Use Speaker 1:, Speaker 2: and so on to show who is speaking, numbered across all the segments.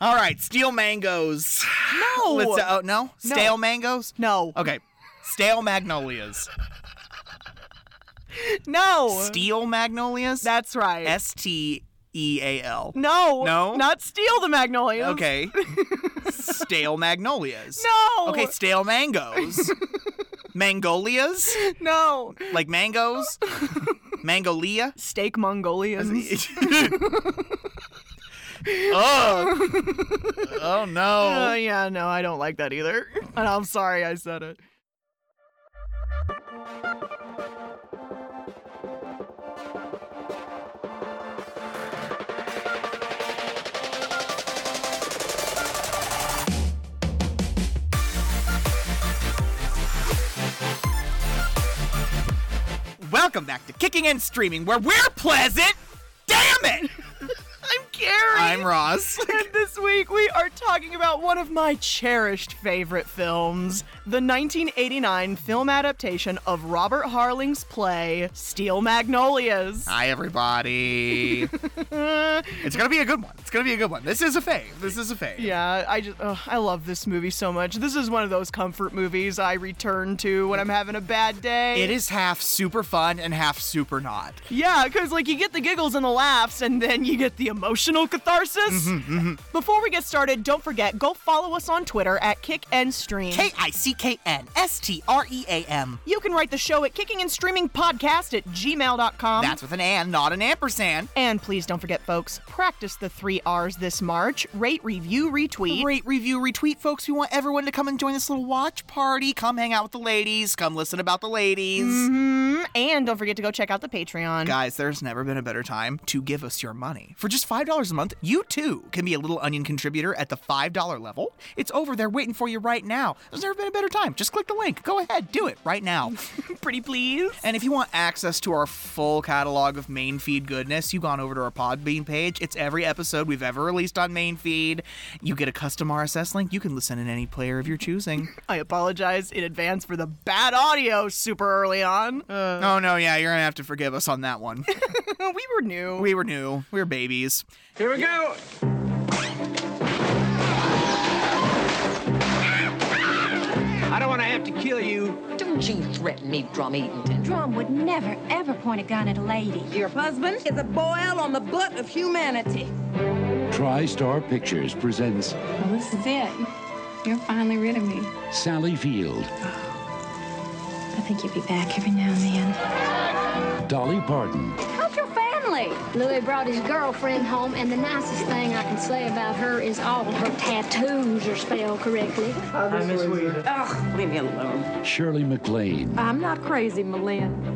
Speaker 1: All right, steel mangoes.
Speaker 2: No.
Speaker 1: Let's. Uh, oh no, stale mangoes.
Speaker 2: no.
Speaker 1: Okay, stale magnolias.
Speaker 2: No.
Speaker 1: Steel magnolias.
Speaker 2: That's right.
Speaker 1: S T E A L.
Speaker 2: no.
Speaker 1: No?
Speaker 2: Not steal the magnolias.
Speaker 1: Okay. stale magnolias.
Speaker 2: No.
Speaker 1: Okay, stale mangoes. Mangolias,
Speaker 2: No.
Speaker 1: like mangoes. Mangolia.
Speaker 2: Steak Mongolians.
Speaker 1: oh. Oh
Speaker 2: Uh,
Speaker 1: no.
Speaker 2: yeah, no, I don't like that either. And I'm sorry I said it.
Speaker 1: Welcome back to Kicking and Streaming, where we're pleasant. Damn it.
Speaker 2: I'm Gary.
Speaker 1: I'm Ross.
Speaker 2: And this week we are talking about one of my cherished favorite films, the 1989 film adaptation of Robert Harling's play Steel Magnolias.
Speaker 1: Hi, everybody. it's gonna be a good one. It's gonna be a good one. This is a fave. This is a fave.
Speaker 2: Yeah, I just ugh, I love this movie so much. This is one of those comfort movies I return to when I'm having a bad day.
Speaker 1: It is half super fun and half super not.
Speaker 2: Yeah, because like you get the giggles and the laughs, and then you get the emotional catharsis.
Speaker 1: Mm-hmm,
Speaker 2: Before we get started, don't forget go follow us on Twitter at Kick and Stream.
Speaker 1: K I C K N S T R E A M.
Speaker 2: You can write the show at kicking and streaming podcast at gmail.com.
Speaker 1: That's with an and, not an ampersand.
Speaker 2: and please don't forget, folks, practice the three R's this March. Rate, review, retweet.
Speaker 1: Rate, review, retweet, folks. We want everyone to come and join this little watch party. Come hang out with the ladies. Come listen about the ladies.
Speaker 2: and don't forget to go check out the Patreon.
Speaker 1: Guys, there's never been a better time to give us your money. For just $5 a month, you too can be a little onion contributor at the $5 level. It's over there waiting for you right now. There's never been a better time. Just click the link. Go ahead, do it right now.
Speaker 2: Pretty please.
Speaker 1: and if you want access to our full catalog of main feed goodness, you've gone over to our Podbean page. It's every episode we've ever released on main feed. You get a custom RSS link. You can listen in any player of your choosing.
Speaker 2: I apologize in advance for the bad audio super early on. Uh,
Speaker 1: oh, no, yeah, you're going to have to forgive us on that one.
Speaker 2: we were new.
Speaker 1: we were new, we were babies.
Speaker 3: Here we go. I don't want to have to kill you.
Speaker 4: Don't you threaten me, Drum Eatington.
Speaker 5: Drum would never, ever point a gun at a lady.
Speaker 6: Your husband is a boil on the butt of humanity.
Speaker 7: TriStar Pictures presents
Speaker 8: Well, this is it. You're finally rid of me.
Speaker 7: Sally Field,
Speaker 8: I think you'll be back every now and then.
Speaker 7: Dolly Parton,
Speaker 9: How's your family?
Speaker 10: Louis brought his girlfriend home, and the nicest thing I can say about her is all her tattoos are spelled correctly.
Speaker 6: Ugh, leave me alone.
Speaker 7: Shirley MacLaine,
Speaker 6: I'm not crazy, Malin.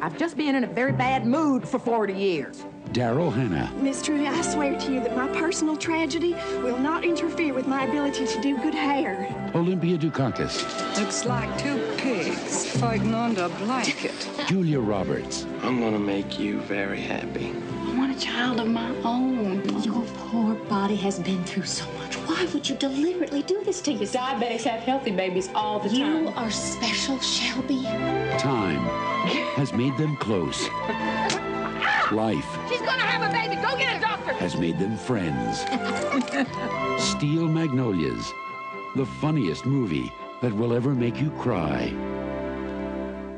Speaker 6: I've just been in a very bad mood for 40 years.
Speaker 7: Daryl Hannah,
Speaker 8: Miss Trudy, I swear to you that my personal tragedy will not interfere with my ability to do good hair.
Speaker 7: Olympia Dukakis,
Speaker 6: Looks like two pigs fighting under a blanket.
Speaker 7: Julia Roberts,
Speaker 3: I'm gonna make you very happy.
Speaker 8: I want a child of my own.
Speaker 10: Your poor body has been through so much. Why would you deliberately do this to yourself?
Speaker 8: Diabetics have healthy babies all the
Speaker 10: You are special, Shelby.
Speaker 7: Time has made them close. Life
Speaker 9: She's gonna have a baby. Go get a doctor.
Speaker 7: has made them friends. Steel Magnolias, the funniest movie that will ever make you cry.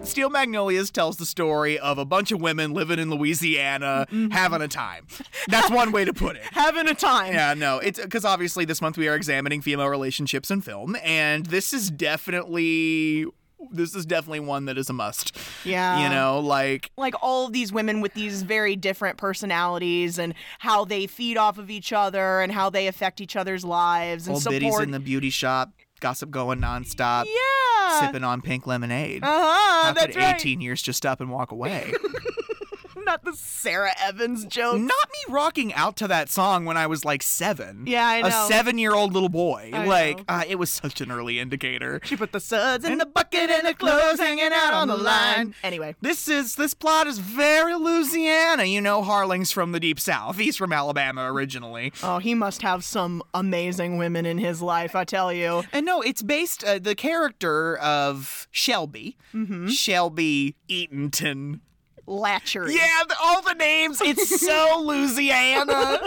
Speaker 1: Steel Magnolias tells the story of a bunch of women living in Louisiana
Speaker 2: Mm-hmm.
Speaker 1: having a time. That's one way to put it.
Speaker 2: having a time.
Speaker 1: Yeah, no, it's because obviously this month we are examining female relationships in film, and this is definitely this is definitely one that is a must.
Speaker 2: Yeah.
Speaker 1: you know, like
Speaker 2: Like all of these women with these very different personalities and how they feed off of each other and how they affect each other's lives and
Speaker 1: old biddies
Speaker 2: support.
Speaker 1: in the beauty shop, gossip going nonstop,
Speaker 2: yeah.
Speaker 1: sipping on pink lemonade.
Speaker 2: Uh-huh,
Speaker 1: How
Speaker 2: that's
Speaker 1: could
Speaker 2: right.
Speaker 1: 18 years just stop and walk away?
Speaker 2: Not the Sarah Evans joke.
Speaker 1: Not me rocking out to that song when I was like seven.
Speaker 2: Yeah, I know.
Speaker 1: A seven-year-old little boy.
Speaker 2: I
Speaker 1: like,
Speaker 2: know.
Speaker 1: uh, it was such an early indicator.
Speaker 2: She put the suds in the bucket and the clothes hanging out on the line. Anyway.
Speaker 1: This is this plot is very Louisiana. You know, Harling's from the deep south. He's from Alabama originally.
Speaker 2: Oh, he must have some amazing women in his life, I tell you.
Speaker 1: And no, it's based uh,
Speaker 2: Mm-hmm.
Speaker 1: the character of Shelby, Shelby Eatonton
Speaker 2: Latchery.
Speaker 1: Yeah, the, all the names. It's so Louisiana.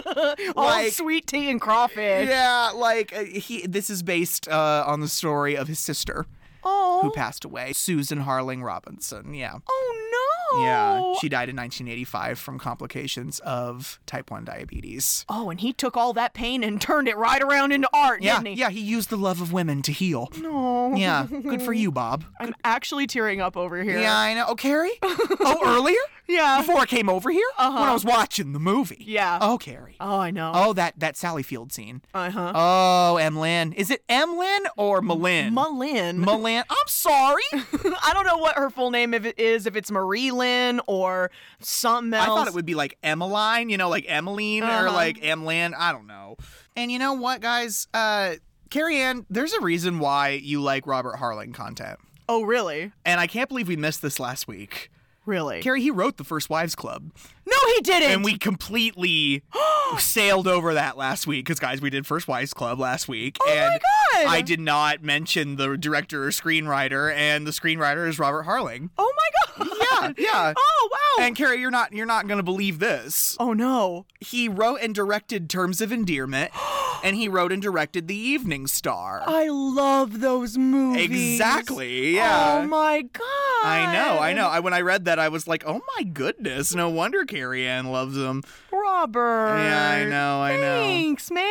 Speaker 2: All
Speaker 1: like-
Speaker 2: sweet tea and crawfish.
Speaker 1: yeah, like uh, he. This is based uh, on the story of his sister who
Speaker 2: Oh.
Speaker 1: passed away, Susan Harling Robinson. Yeah.
Speaker 2: Oh no.
Speaker 1: Yeah, she died in 1985 from complications of type 1 diabetes.
Speaker 2: Oh, and he took all that pain and turned it right around into art,
Speaker 1: Yeah,
Speaker 2: didn't he?
Speaker 1: yeah, he used the love of women to heal.
Speaker 2: No.
Speaker 1: Yeah, good for you, Bob.
Speaker 2: I'm actually tearing up over here.
Speaker 1: Yeah, I know. Oh, Carrie? Oh, earlier?
Speaker 2: Yeah.
Speaker 1: Before I came over here? When I was watching the movie.
Speaker 2: Yeah.
Speaker 1: Oh, Carrie.
Speaker 2: Oh, I know.
Speaker 1: Oh, that, that Sally Field scene.
Speaker 2: Uh-huh.
Speaker 1: Oh, Emlyn. Is it Emlyn or Malin?
Speaker 2: Malin.
Speaker 1: Malin. I'm sorry.
Speaker 2: I don't know what her full name if it is, if it's Marie Lynn or something else.
Speaker 1: I thought it would be like Emmeline, you know, like Emmeline or
Speaker 2: Uh-huh.
Speaker 1: like Emlan. I don't know. And you know what, guys? Uh, Carrie Ann, there's a reason why you like Robert Harlan content.
Speaker 2: Oh, really?
Speaker 1: And I can't believe we missed this last week.
Speaker 2: Really?
Speaker 1: Carrie, he wrote The First Wives Club.
Speaker 2: no, he didn't.
Speaker 1: And we completely sailed over that last week because, guys, we did First Wives Club last week. Oh and
Speaker 2: God.
Speaker 1: I did not mention the director or screenwriter, and the screenwriter is Robert Harling.
Speaker 2: Oh my god.
Speaker 1: Yeah, yeah.
Speaker 2: Oh wow.
Speaker 1: And Carrie, you're not you're not gonna believe this.
Speaker 2: oh no.
Speaker 1: he wrote and directed Terms of Endearment, and he wrote and directed The Evening Star.
Speaker 2: I love those movies.
Speaker 1: Exactly, yeah.
Speaker 2: Oh my god.
Speaker 1: I know, I know. I, when I read that, I was like, "Oh my goodness! No wonder Carrie Ann loves him."
Speaker 2: Robert.
Speaker 1: Yeah, I know, I know.
Speaker 2: Thanks, man.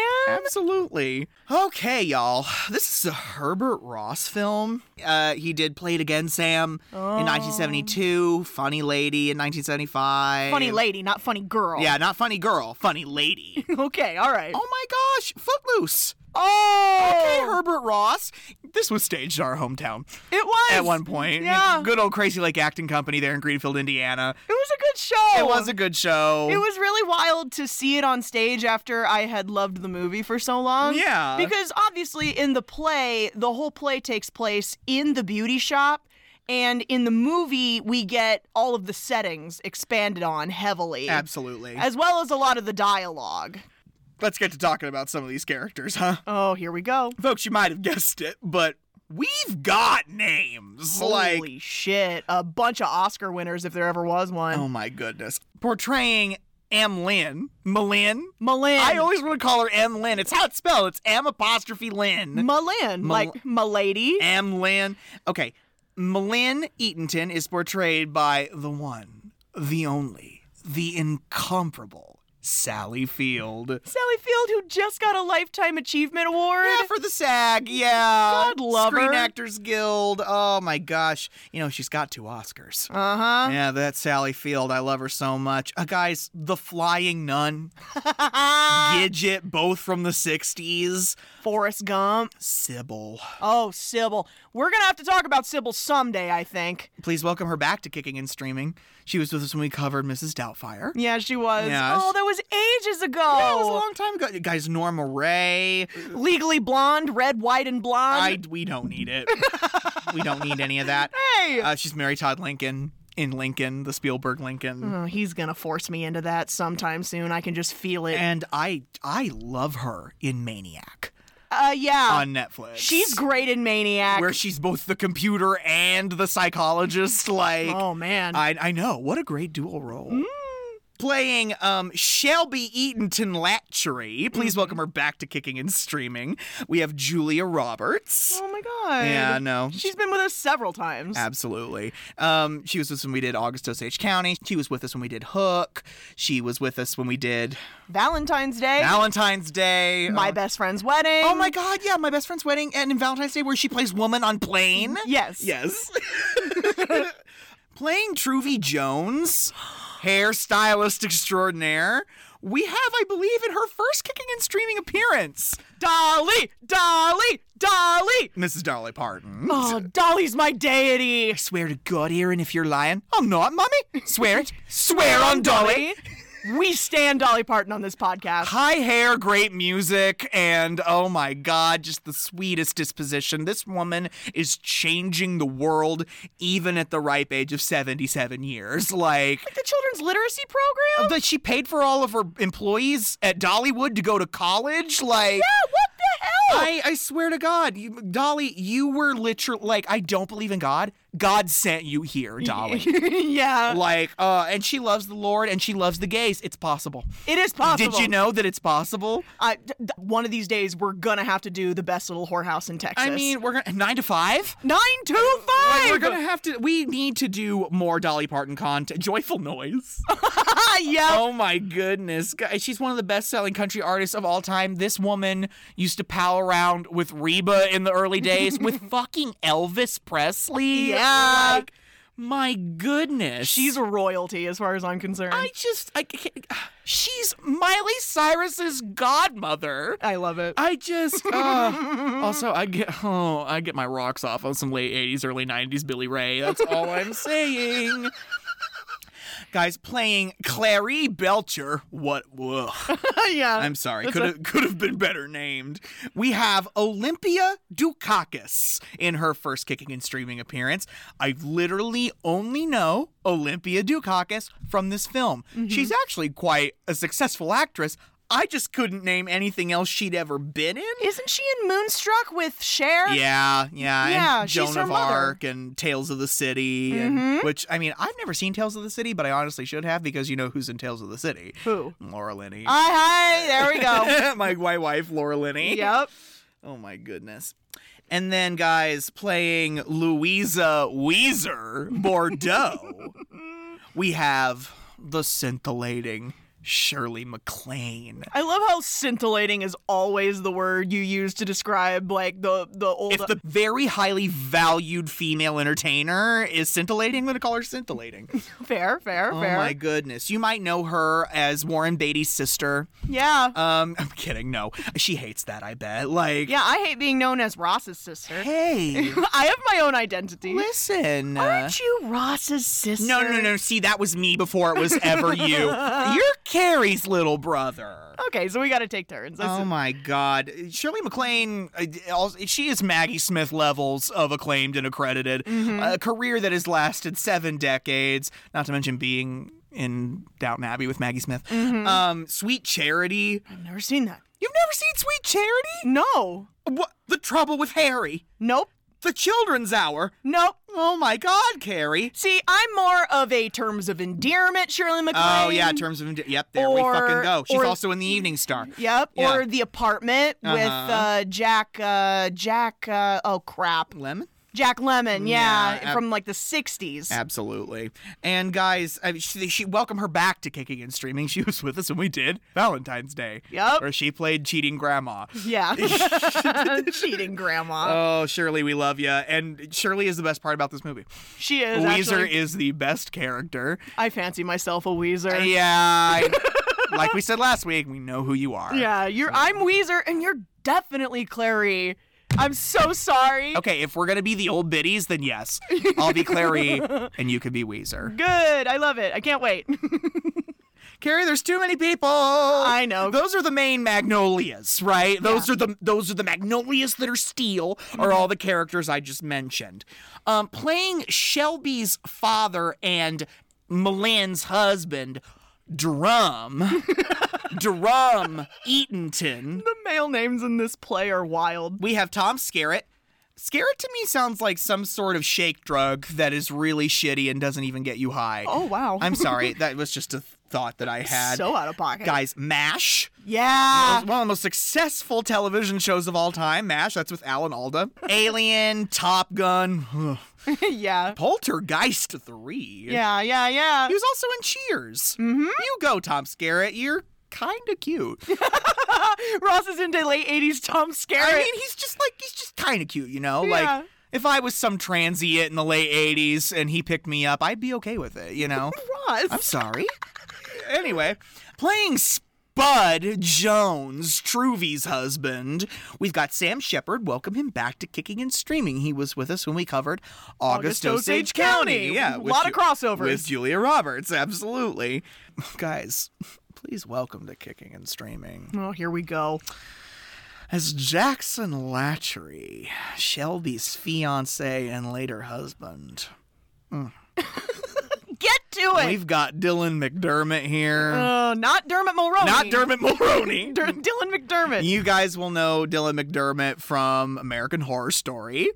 Speaker 1: Absolutely. Okay, y'all. This is a Herbert Ross film. Uh, he did Play It Again, Sam,
Speaker 2: Oh.
Speaker 1: in 1972. Funny Lady in 1975.
Speaker 2: Funny lady, not funny girl.
Speaker 1: Yeah, not funny girl. Funny lady.
Speaker 2: Okay, all right.
Speaker 1: oh my gosh! Footloose.
Speaker 2: Oh,
Speaker 1: Okay, Herbert Ross. This was staged in our hometown.
Speaker 2: it was
Speaker 1: at one point.
Speaker 2: Yeah.
Speaker 1: Good old Crazy Lake Acting Company there in Greenfield, Indiana.
Speaker 2: It was a good show.
Speaker 1: It was a good show.
Speaker 2: It was really wild to see it on stage after I had loved the movie for so long.
Speaker 1: Yeah.
Speaker 2: Because obviously, in the play, the whole play takes place in the beauty shop. And in the movie, we get all of the settings expanded on heavily.
Speaker 1: Absolutely.
Speaker 2: As well as a lot of the dialogue.
Speaker 1: Let's get to talking about some of these characters, huh?
Speaker 2: Oh, here we go.
Speaker 1: Folks, you might have guessed it, but we've got names. like,
Speaker 2: Holy shit. A bunch of Oscar winners, if there ever was one.
Speaker 1: oh my goodness. Portraying Am Lynn, Malin.
Speaker 2: Malin.
Speaker 1: I always want to call her Am Lynn. It's how it's spelled. It's Am apostrophe Lynn.
Speaker 2: Malin.
Speaker 1: Mal-
Speaker 2: like, Milady.
Speaker 1: Am Lynn. Okay. Malin Eatonton is portrayed by the one, the only, the incomparable Sally Field.
Speaker 2: Sally Field, who just got a Lifetime Achievement Award.
Speaker 1: Yeah, for the SAG. Yeah.
Speaker 2: God love
Speaker 1: Screen
Speaker 2: her.
Speaker 1: Actors Guild. Oh my gosh. You know, she's got two Oscars.
Speaker 2: uh huh.
Speaker 1: yeah, that's Sally Field. I love her so much. Uh, guys, The Flying Nun, Gidget, both from the 60s.
Speaker 2: Forrest Gump.
Speaker 1: Sybil.
Speaker 2: Oh, Sybil. We're going to have to talk about Sybil someday, I think.
Speaker 1: Please welcome her back to Kicking and Streaming. She was with us when we covered Mrs. Doubtfire.
Speaker 2: Yeah, she was.
Speaker 1: Yeah,
Speaker 2: oh,
Speaker 1: she-
Speaker 2: that was ages ago.
Speaker 1: That was a long time ago. Guys, Norma Ray.
Speaker 2: Legally blonde, red, white, and
Speaker 1: I,
Speaker 2: blonde.
Speaker 1: we don't need it. we don't need any of that.
Speaker 2: hey!
Speaker 1: Uh, she's Mary Todd Lincoln in Lincoln, the Spielberg Lincoln.
Speaker 2: Oh, he's going to force me into that sometime soon. I can just feel it.
Speaker 1: And I I love her in Maniac
Speaker 2: Uh, yeah.
Speaker 1: on Netflix.
Speaker 2: She's great in Maniac.
Speaker 1: where she's both the computer and the psychologist. Like
Speaker 2: oh, man. Mm.
Speaker 1: I I know. What a great dual role. Playing um, Shelby Eatonton Latchery.
Speaker 2: Mm-hmm.
Speaker 1: Please welcome her back to Kicking and Streaming. We have Julia Roberts.
Speaker 2: oh, my God.
Speaker 1: Yeah, no.
Speaker 2: She's been with us several times.
Speaker 1: Absolutely. Um, she was with us when we did August Osage County. She was with us when we did Hook. She was with us when we did
Speaker 2: Valentine's Day.
Speaker 1: Valentine's Day.
Speaker 2: my
Speaker 1: Oh.
Speaker 2: best friend's wedding.
Speaker 1: Oh my God! Yeah, my best friend's wedding and in Valentine's Day where she plays woman on plane.
Speaker 2: Yes.
Speaker 1: Yes. Playing Truvy Jones, hairstylist extraordinaire, we have, I believe, in her first kicking and streaming appearance,
Speaker 2: Dolly! Dolly! Dolly!
Speaker 1: Mrs. Dolly Parton.
Speaker 2: Oh, Dolly's my deity.
Speaker 1: I swear to God, Aaron, if you're lying, I'm not, Mummy. Swear it. Swear on Dolly.
Speaker 2: We stand Dolly Parton on this podcast.
Speaker 1: High hair, great music, and oh my God, just the sweetest disposition. This woman is changing the world, even at the ripe age of 77 years. Like,
Speaker 2: The children's literacy program?
Speaker 1: that she paid for all of her employees at Dollywood to go to college. Like,
Speaker 2: yeah, what the hell?
Speaker 1: I, I swear to God, you, Dolly, you were literally like, I don't believe in God. God sent you here, Dolly.
Speaker 2: yeah.
Speaker 1: like, uh, and she loves the Lord and she loves the gays. It's possible.
Speaker 2: It is possible.
Speaker 1: Did you know that it's possible?
Speaker 2: I, d- d- one of these days, we're gonna have to do the best little whorehouse in Texas.
Speaker 1: I mean, we're gonna nine to five.
Speaker 2: nine two
Speaker 1: Like,
Speaker 2: five.
Speaker 1: we're gonna have to. We need to do more Dolly Parton content. Joyful noise.
Speaker 2: yeah.
Speaker 1: Oh my goodness. Guys, She's one of the best selling country artists of all time. This woman used to pal around with Reba in the early days with fucking Elvis Presley.
Speaker 2: Yeah.
Speaker 1: Like, my goodness.
Speaker 2: She's royalty, as far as I'm concerned.
Speaker 1: I just. I can't. She's Miley Cyrus's godmother.
Speaker 2: I love it.
Speaker 1: I just uh, also I get oh I get my rocks off on some late '80s, early '90s Billy Ray. That's all I'm saying. Guys, playing Clary Belcher. What? Whoa.
Speaker 2: yeah.
Speaker 1: I'm sorry.
Speaker 2: That's
Speaker 1: Could have could have been better named. We have Olympia Dukakis in her first kicking and streaming appearance. I literally only know Olympia Dukakis from this film. She's actually quite a successful actress. I just couldn't name anything else she'd ever been in.
Speaker 2: Isn't she in Moonstruck with Cher?
Speaker 1: Yeah, yeah,
Speaker 2: Yeah,
Speaker 1: and
Speaker 2: she's
Speaker 1: Joan
Speaker 2: her
Speaker 1: of
Speaker 2: mother. Mm-hmm.
Speaker 1: Arc and Tales of the City, and which I mean, I've never seen Tales of the City, but I honestly should have because you know who's in Tales of the City?
Speaker 2: Who? Oh.
Speaker 1: Laura Linney.
Speaker 2: Hi, hi. There we go.
Speaker 1: my, my wife, Laura Linney.
Speaker 2: yep.
Speaker 1: Oh my goodness. And then guys playing Louisa Weezer Bordeaux. we have the scintillating Shirley MacLaine.
Speaker 2: I love how scintillating is always the word you use to describe like the the old.
Speaker 1: If the very highly valued female entertainer is scintillating, I'm going to call her scintillating.
Speaker 2: fair, fair,
Speaker 1: Oh
Speaker 2: fair.
Speaker 1: my goodness. You might know her as Warren Beatty's sister.
Speaker 2: yeah.
Speaker 1: Um, I'm kidding. No. She hates that, I bet. Like,
Speaker 2: yeah. I hate being known as Ross's sister.
Speaker 1: hey,
Speaker 2: I have my own identity. Uh,
Speaker 1: listen.
Speaker 2: Aren't you Ross's sister?
Speaker 1: No, no, no. See, that was me before it was ever you. You're Carrie's little brother.
Speaker 2: Okay, so we got to take turns. I
Speaker 1: Oh
Speaker 2: s-
Speaker 1: my God. Shirley MacLaine, uh, also- she is Maggie Smith levels of acclaimed and accredited.
Speaker 2: Mm-hmm.
Speaker 1: A career that has lasted seven decades, not to mention being in Downton Abbey with Maggie Smith.
Speaker 2: Mm-hmm.
Speaker 1: Um, Sweet Charity.
Speaker 2: I've never seen that.
Speaker 1: You've never seen Sweet Charity?
Speaker 2: No.
Speaker 1: What? The Trouble with Harry.
Speaker 2: Nope.
Speaker 1: The Children's Hour.
Speaker 2: Nope.
Speaker 1: Oh my God, Carrie.
Speaker 2: See, I'm more of a terms of endearment, Shirley MacLaine.
Speaker 1: Oh yeah, in terms of yep, there we
Speaker 2: Or-
Speaker 1: fucking go. She's
Speaker 2: or-
Speaker 1: also in the Evening Star.
Speaker 2: Yep.
Speaker 1: Yeah.
Speaker 2: Or the apartment with
Speaker 1: Uh-huh.
Speaker 2: uh, Jack. Uh, Jack. Uh, oh crap.
Speaker 1: Lemon.
Speaker 2: Jack Lemon. Mm, Yeah,
Speaker 1: Yeah, ab-
Speaker 2: from like the '60s.
Speaker 1: Absolutely. And guys, I mean, she, she welcome her back to kicking and streaming. She was with us when we did Valentine's Day.
Speaker 2: Yep. Uh,
Speaker 1: Where she played cheating grandma.
Speaker 2: yeah. Cheating grandma.
Speaker 1: Oh, Shirley, we love you. And Shirley is the best part about this movie.
Speaker 2: she is.
Speaker 1: Weezer
Speaker 2: actually-
Speaker 1: is the best character.
Speaker 2: I fancy myself a Weezer.
Speaker 1: Yeah. I- like we said last week, we know who you are.
Speaker 2: Yeah, You're. I'm Weezer, and you're definitely Clary. I'm so sorry.
Speaker 1: Okay, if we're gonna be the old biddies, then yes, I'll be Clary and you can be Weezer.
Speaker 2: Good. I love it. I can't wait.
Speaker 1: Carrie, there's too many people. I
Speaker 2: know.
Speaker 1: Those are the main magnolias, right? Those are the those are the magnolias that are steel are all the characters I just mentioned. Um, playing Shelby's father and Milan's husband, Drum, Drum Eatonton.
Speaker 2: the male names in this play are wild.
Speaker 1: We have Tom Skerritt. Skerritt to me sounds like some sort of shake drug that is really shitty and doesn't even get you high.
Speaker 2: Oh wow.
Speaker 1: I'm sorry, that was just a thought that I had.
Speaker 2: so Ah. out of pocket.
Speaker 1: Guys, MASH.
Speaker 2: Yeah.
Speaker 1: It's one of the most successful television shows of all time, MASH. That's with Alan Alda. Alien, Top Gun, ugh.
Speaker 2: yeah.
Speaker 1: Poltergeist 3.
Speaker 2: Yeah, yeah, yeah.
Speaker 1: He was also in Cheers. Mm-hmm. You go, Tom Skerritt. You're kind of cute.
Speaker 2: Ross is into late 80s Tom Skerritt.
Speaker 1: I mean, he's just like, he's just kind of cute, you know?
Speaker 2: Yeah.
Speaker 1: Like, if I was some transient in the late 80s and he picked me up, I'd be okay with it, you know?
Speaker 2: Ross.
Speaker 1: I'm sorry. anyway, playing Spud Jones, Truvy's husband, we've got Sam Shepard. Welcome him back to Kicking and Streaming. He was with us when we covered August, Osage, County. Yeah,
Speaker 2: A
Speaker 1: with
Speaker 2: lot of
Speaker 1: Ju-
Speaker 2: crossovers.
Speaker 1: with Julia Roberts. Absolutely, guys. Please welcome to Kicking and Streaming
Speaker 2: oh, here we go.
Speaker 1: as Jackson Latchery, Shelby's fiance and later husband.
Speaker 2: Get do it.
Speaker 1: We've got Dylan McDermott here.
Speaker 2: Uh, not Dermot Mulroney.
Speaker 1: Not Dermot Mulroney.
Speaker 2: Der- Dylan McDermott.
Speaker 1: You guys will know Dylan McDermott from American Horror Story.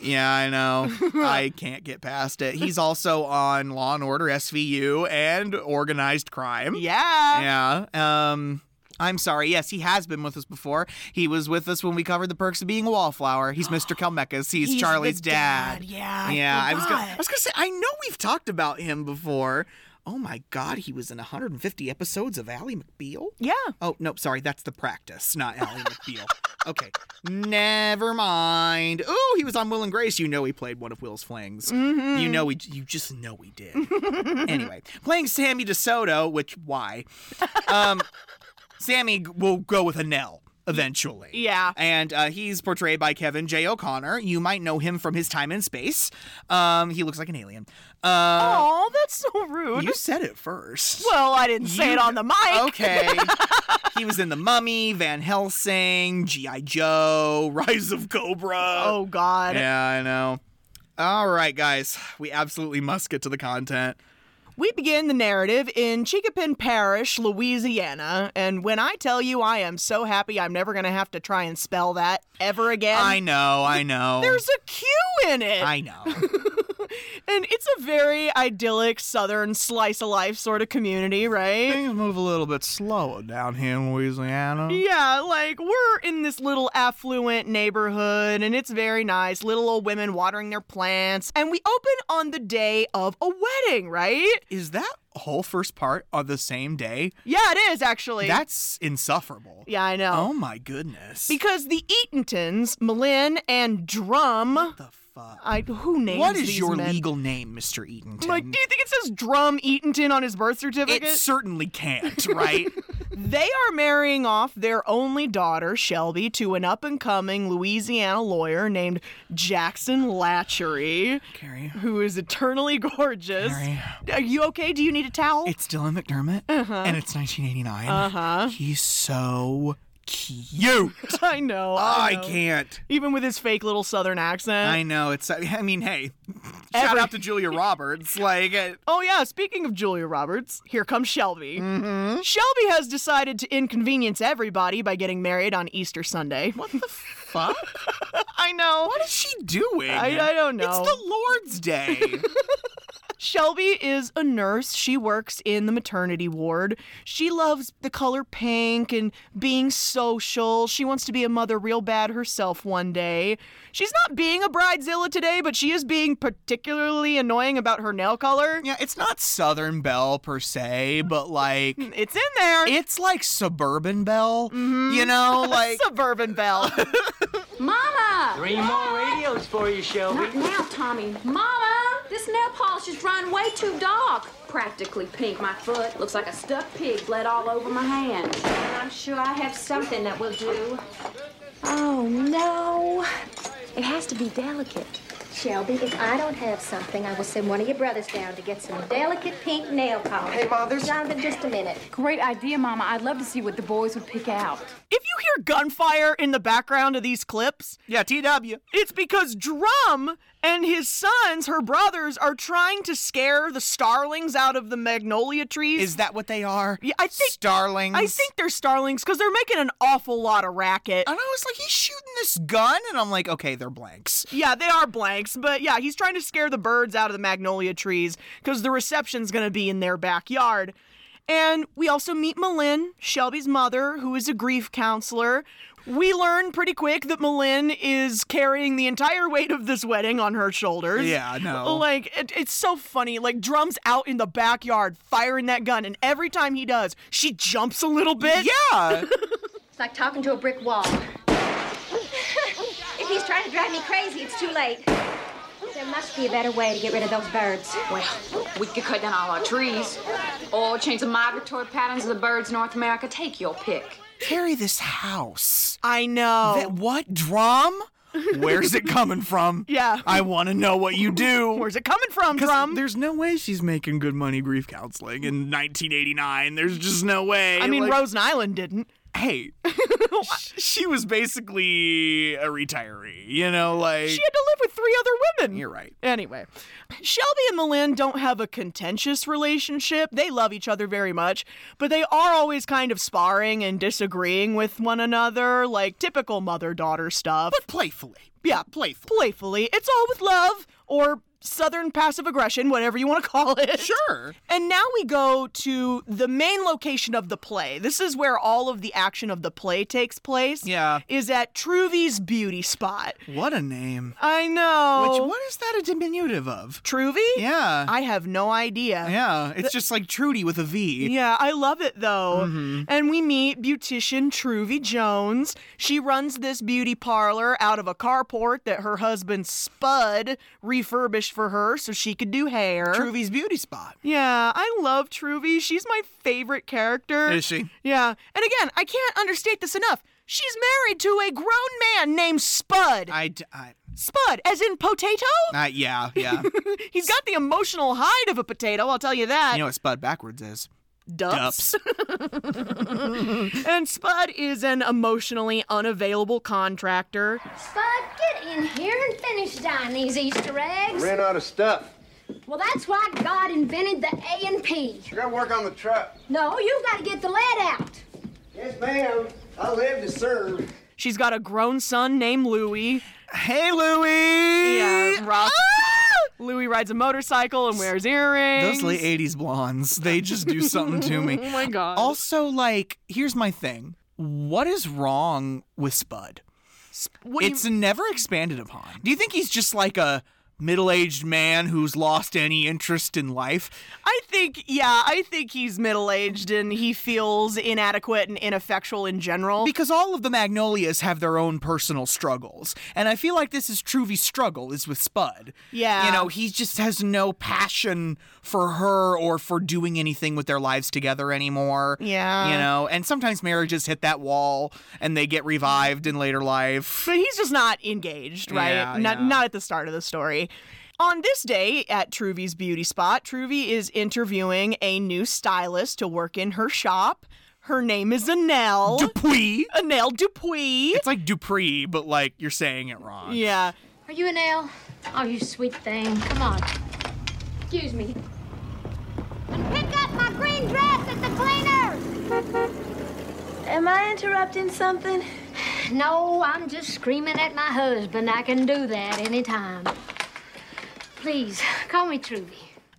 Speaker 1: yeah, I know. I can't get past it. He's also on Law and Order SVU and Organized Crime.
Speaker 2: yeah.
Speaker 1: Yeah. Um I'm sorry. Yes, he has been with us before. He was with us when we covered the perks of being a wallflower. He's Mr. Kelmekas. He's,
Speaker 2: He's
Speaker 1: Charlie's
Speaker 2: the dad. Yeah, I
Speaker 1: yeah. I was gonna,
Speaker 2: forgot.
Speaker 1: I was gonna say. I know we've talked about him before. Oh my God, he was in 150 episodes of Ally McBeal.
Speaker 2: Yeah.
Speaker 1: Oh no, sorry. That's the practice, not Ally McBeal. Okay, never mind. Ooh, he was on Will and Grace. You know he played one of Will's flings. You know he. You just know he did. anyway, playing Sammy DeSoto, which why? Um, Sammy g- will go with an L eventually.
Speaker 2: Yeah.
Speaker 1: And uh, he's portrayed by Kevin J. O'Connor. You might know him from his time in space. Um, he looks like an alien. Uh,
Speaker 2: Oh, that's so rude.
Speaker 1: you said it first.
Speaker 2: well, I didn't say
Speaker 1: You-
Speaker 2: it on the mic.
Speaker 1: Okay. he was in The Mummy, Van Helsing, G.I. Joe, Rise of Cobra.
Speaker 2: Oh God.
Speaker 1: Yeah, I know. All right, guys. We absolutely must get to the content.
Speaker 2: We begin the narrative in Chicopin Parish, Louisiana, and when I tell you I am so happy I'm never going to have to try and spell that ever again.
Speaker 1: I know, I know.
Speaker 2: There's a Q in it.
Speaker 1: I know.
Speaker 2: and it's a very idyllic southern slice of life sort of community, right?
Speaker 1: Things move a little bit slower down here in Louisiana.
Speaker 2: Yeah, like we're in this little affluent neighborhood and it's very nice. Little old women watering their plants. And we open on the day of a wedding, right?
Speaker 1: Is that whole first part on the same day?
Speaker 2: Yeah, it is actually.
Speaker 1: That's insufferable.
Speaker 2: yeah, I know.
Speaker 1: Oh my goodness.
Speaker 2: Because the Eatentons, Malin and Drum,
Speaker 1: the fuck?
Speaker 2: I who names
Speaker 1: What is
Speaker 2: these
Speaker 1: your
Speaker 2: men?
Speaker 1: legal name, Mr. Eatonton?
Speaker 2: Like, do you think it says Drum Eatenton on his birth certificate?
Speaker 1: it certainly can't, right?
Speaker 2: They are marrying off their only daughter, Shelby, to an up and coming Louisiana lawyer named Jackson Latchery,
Speaker 1: Carrie,
Speaker 2: who is eternally gorgeous.
Speaker 1: Mary,
Speaker 2: Are you okay? Do you need a towel?
Speaker 1: it's Dylan McDermott,
Speaker 2: Uh-huh.
Speaker 1: and it's 1989. Uh-huh. He's so cute.
Speaker 2: I know.
Speaker 1: I
Speaker 2: know.
Speaker 1: can't.
Speaker 2: Even with his fake little southern accent.
Speaker 1: I know. It's. I mean, hey, shout
Speaker 2: Every-
Speaker 1: out to Julia Roberts. Like, uh,
Speaker 2: Oh, yeah, speaking of Julia Roberts, here comes Shelby. Shelby has decided to inconvenience everybody by getting married on Easter Sunday. What the
Speaker 1: fuck.
Speaker 2: I know.
Speaker 1: What is she doing?
Speaker 2: I- I don't know.
Speaker 1: It's the Lord's Day.
Speaker 2: Shelby is a nurse. She works in the maternity ward. She loves the color pink and being social. She wants to be a mother real bad herself one day. She's not being a bridezilla today, but she is being particularly annoying about her nail color.
Speaker 1: yeah, it's not Southern Belle per se, but like
Speaker 2: It's in there.
Speaker 1: it's like suburban Belle.
Speaker 2: Mm-hmm.
Speaker 1: You know, like
Speaker 2: Suburban Belle.
Speaker 9: Mama!
Speaker 3: Three more radios for you, Shelby.
Speaker 9: Not now, Tommy. Mama! This nail polish is running way too dark. Practically pink, my foot. Looks like a stuffed pig bled all over my hand.
Speaker 10: I'm sure I have something that will do. Oh, no.
Speaker 5: It has to be delicate.
Speaker 10: Shelby, if I don't have something, I will send one of your brothers down to get some delicate pink nail polish.
Speaker 3: Hey, Mom, there's-
Speaker 10: Jonathan, just a minute.
Speaker 9: Great idea, Mama. I'd love to see what the boys would pick out.
Speaker 2: if you hear gunfire in the background of these clips,
Speaker 1: yeah, TW.
Speaker 2: it's because Drum and his sons, her brothers, are trying to scare the starlings out of the magnolia trees.
Speaker 1: Is that what they are?
Speaker 2: Yeah, I think-
Speaker 1: starlings.
Speaker 2: I think they're starlings because they're making an awful lot of racket.
Speaker 1: And I was like, he's shooting this gun, and I'm like, okay, they're blanks.
Speaker 2: Yeah, they are blanks, but yeah, he's trying to scare the birds out of the magnolia trees because the reception's going to be in their backyard. And we also meet Malin, Shelby's mother, who is a grief counselor. We learn pretty quick that Malin is carrying the entire weight of this wedding on her shoulders.
Speaker 1: Yeah, no.
Speaker 2: Like, it, it's so funny. Like, Drum's out in the backyard firing that gun, and every time he does, she jumps a little bit.
Speaker 1: Yeah.
Speaker 10: It's like talking to a brick wall.
Speaker 5: If he's trying to drive me crazy, it's too late.
Speaker 10: There must be a better way to get rid of those birds.
Speaker 9: Well, we could cut down all our trees, or change the migratory patterns of the birds in North America. Take your pick.
Speaker 1: Carry this house.
Speaker 2: I know.
Speaker 1: That what drum? Where's it coming from?
Speaker 2: Yeah.
Speaker 1: I want to know what you do.
Speaker 2: Where's it coming from,
Speaker 1: 'Cause
Speaker 2: Drum?
Speaker 1: There's no way she's making good money grief counseling in 1989. There's just no way.
Speaker 2: I mean,
Speaker 1: Like,
Speaker 2: Rosen Island didn't.
Speaker 1: hey, sh- she was basically a retiree, you know, like.
Speaker 2: She had to live with three other women.
Speaker 1: You're right.
Speaker 2: Anyway, Shelby and Malin don't have a contentious relationship. They love each other very much, but they are always kind of sparring and disagreeing with one another, like typical mother daughter stuff. But
Speaker 1: Playfully.
Speaker 2: yeah,
Speaker 1: Playful.
Speaker 2: playfully. It's all with love or southern passive aggression, whatever you want to call it.
Speaker 1: Sure.
Speaker 2: And now we go to the main location of the play. This is where all of the action of the play takes place.
Speaker 1: Yeah.
Speaker 2: Is at Truvie's beauty spot.
Speaker 1: What a name.
Speaker 2: I know.
Speaker 1: Which, what is that a diminutive of?
Speaker 2: Truvy?
Speaker 1: Yeah.
Speaker 2: I have no idea.
Speaker 1: yeah. It's just like Trudy with a V.
Speaker 2: Yeah, I love it though.
Speaker 1: Mm-hmm.
Speaker 2: And we meet beautician Truvy Jones. She runs this beauty parlor out of a carport that her husband Spud refurbished for her so she could do hair.
Speaker 1: Trudy's beauty spot.
Speaker 2: Yeah, I love Truvy. She's my favorite character.
Speaker 1: Is she?
Speaker 2: Yeah. And again, I can't understate this enough. She's married to a grown man named Spud.
Speaker 1: I, d- I-
Speaker 2: Spud, as in potato?
Speaker 1: uh, yeah, yeah. you
Speaker 2: He's got the emotional hide of a potato, I'll tell you that.
Speaker 1: know what Spud backwards is?
Speaker 2: Dups. and Spud is an emotionally unavailable contractor.
Speaker 10: Spud, get in here and finish dyeing these Easter eggs.
Speaker 3: Ran out of stuff.
Speaker 10: Well, that's why God invented the A and P.
Speaker 3: I gotta work on the truck.
Speaker 10: No, you've got to get the lead out.
Speaker 3: Yes, ma'am. I live to serve.
Speaker 2: She's got a grown son named Louie.
Speaker 1: Hey, Louie! Ah!
Speaker 2: Yeah, Ross. Louie rides a motorcycle and wears earrings.
Speaker 1: Those late 80s blondes, they just do something to me.
Speaker 2: Oh my god.
Speaker 1: Also, like, here's my thing. What is wrong with Spud?
Speaker 2: What do you-
Speaker 1: It's never expanded upon. Do you think he's just like a middle aged man who's lost any interest in life?
Speaker 2: I think, yeah, I think he's middle aged and he feels inadequate and ineffectual in general.
Speaker 1: Because all of the Magnolias have their own personal struggles. And I feel like this is Truvy's struggle is with Spud.
Speaker 2: Yeah.
Speaker 1: You know, he just has no passion for her or for doing anything with their lives together anymore.
Speaker 2: Yeah.
Speaker 1: You know, and sometimes marriages hit that wall and they get revived in later life.
Speaker 2: but he's just not engaged, right?
Speaker 1: Yeah,
Speaker 2: not,
Speaker 1: yeah.
Speaker 2: not at the start of the story. On this day at Truvy's beauty spot, Truvy is interviewing a new stylist to work in her shop. Her name is Anel.
Speaker 1: Dupuy.
Speaker 2: Anel Dupuy.
Speaker 1: It's like Dupree, but like you're saying it wrong.
Speaker 2: yeah.
Speaker 10: Are you an L? Oh, you sweet thing. Come on. Excuse me. Pick up my green dress at the cleaners.
Speaker 5: Am I interrupting something?
Speaker 10: No, I'm just screaming at my husband. I can do that anytime. Please, call me Truvy.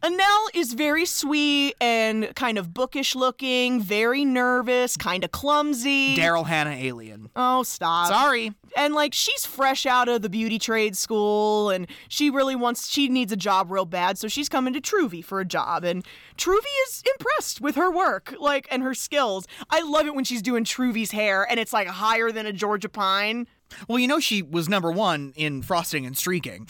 Speaker 2: Anel is very sweet and kind of bookish looking, very nervous, kind of clumsy.
Speaker 1: Daryl Hannah Alien.
Speaker 2: oh, stop.
Speaker 1: Sorry.
Speaker 2: and like she's fresh out of the beauty trade school and she really wants she needs a job real bad so she's coming to truvy for a job and truvy is impressed with her work like and her skills i love it when she's doing truvy's hair and it's like higher than a georgia pine
Speaker 1: Well, you know she was number one in frosting and streaking.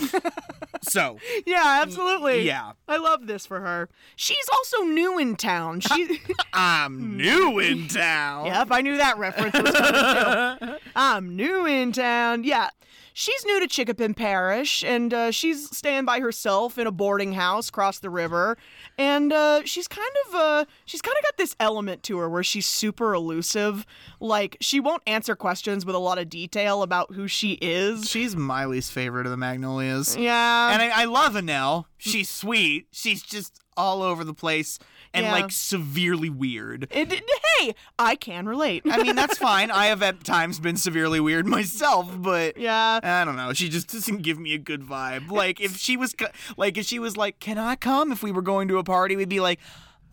Speaker 1: so
Speaker 2: yeah absolutely
Speaker 1: yeah.
Speaker 2: i love this for her she's also new in town she
Speaker 1: I'm new in town.
Speaker 2: Yep, I knew that reference was coming too. I'm new in town. Yeah. She's new to Chickapin Parish, and uh, she's staying by herself in a boarding house across the river. And uh, she's kind of uh, she's kind of got this element to her where she's super elusive. Like she won't answer questions with a lot of detail about who she is.
Speaker 1: She's Miley's favorite of the Magnolias.
Speaker 2: Yeah,
Speaker 1: And I, I love Annelle. She's sweet. She's just all over the place and
Speaker 2: Yeah.
Speaker 1: like severely weird.
Speaker 2: And- and hey, I can relate.
Speaker 1: I mean, that's fine. I have at times been severely weird myself, but
Speaker 2: yeah,
Speaker 1: I don't know. She just doesn't give me a good vibe. Like if she was co- like if she was like, "Can I come?" If we were going to a party, we'd be like,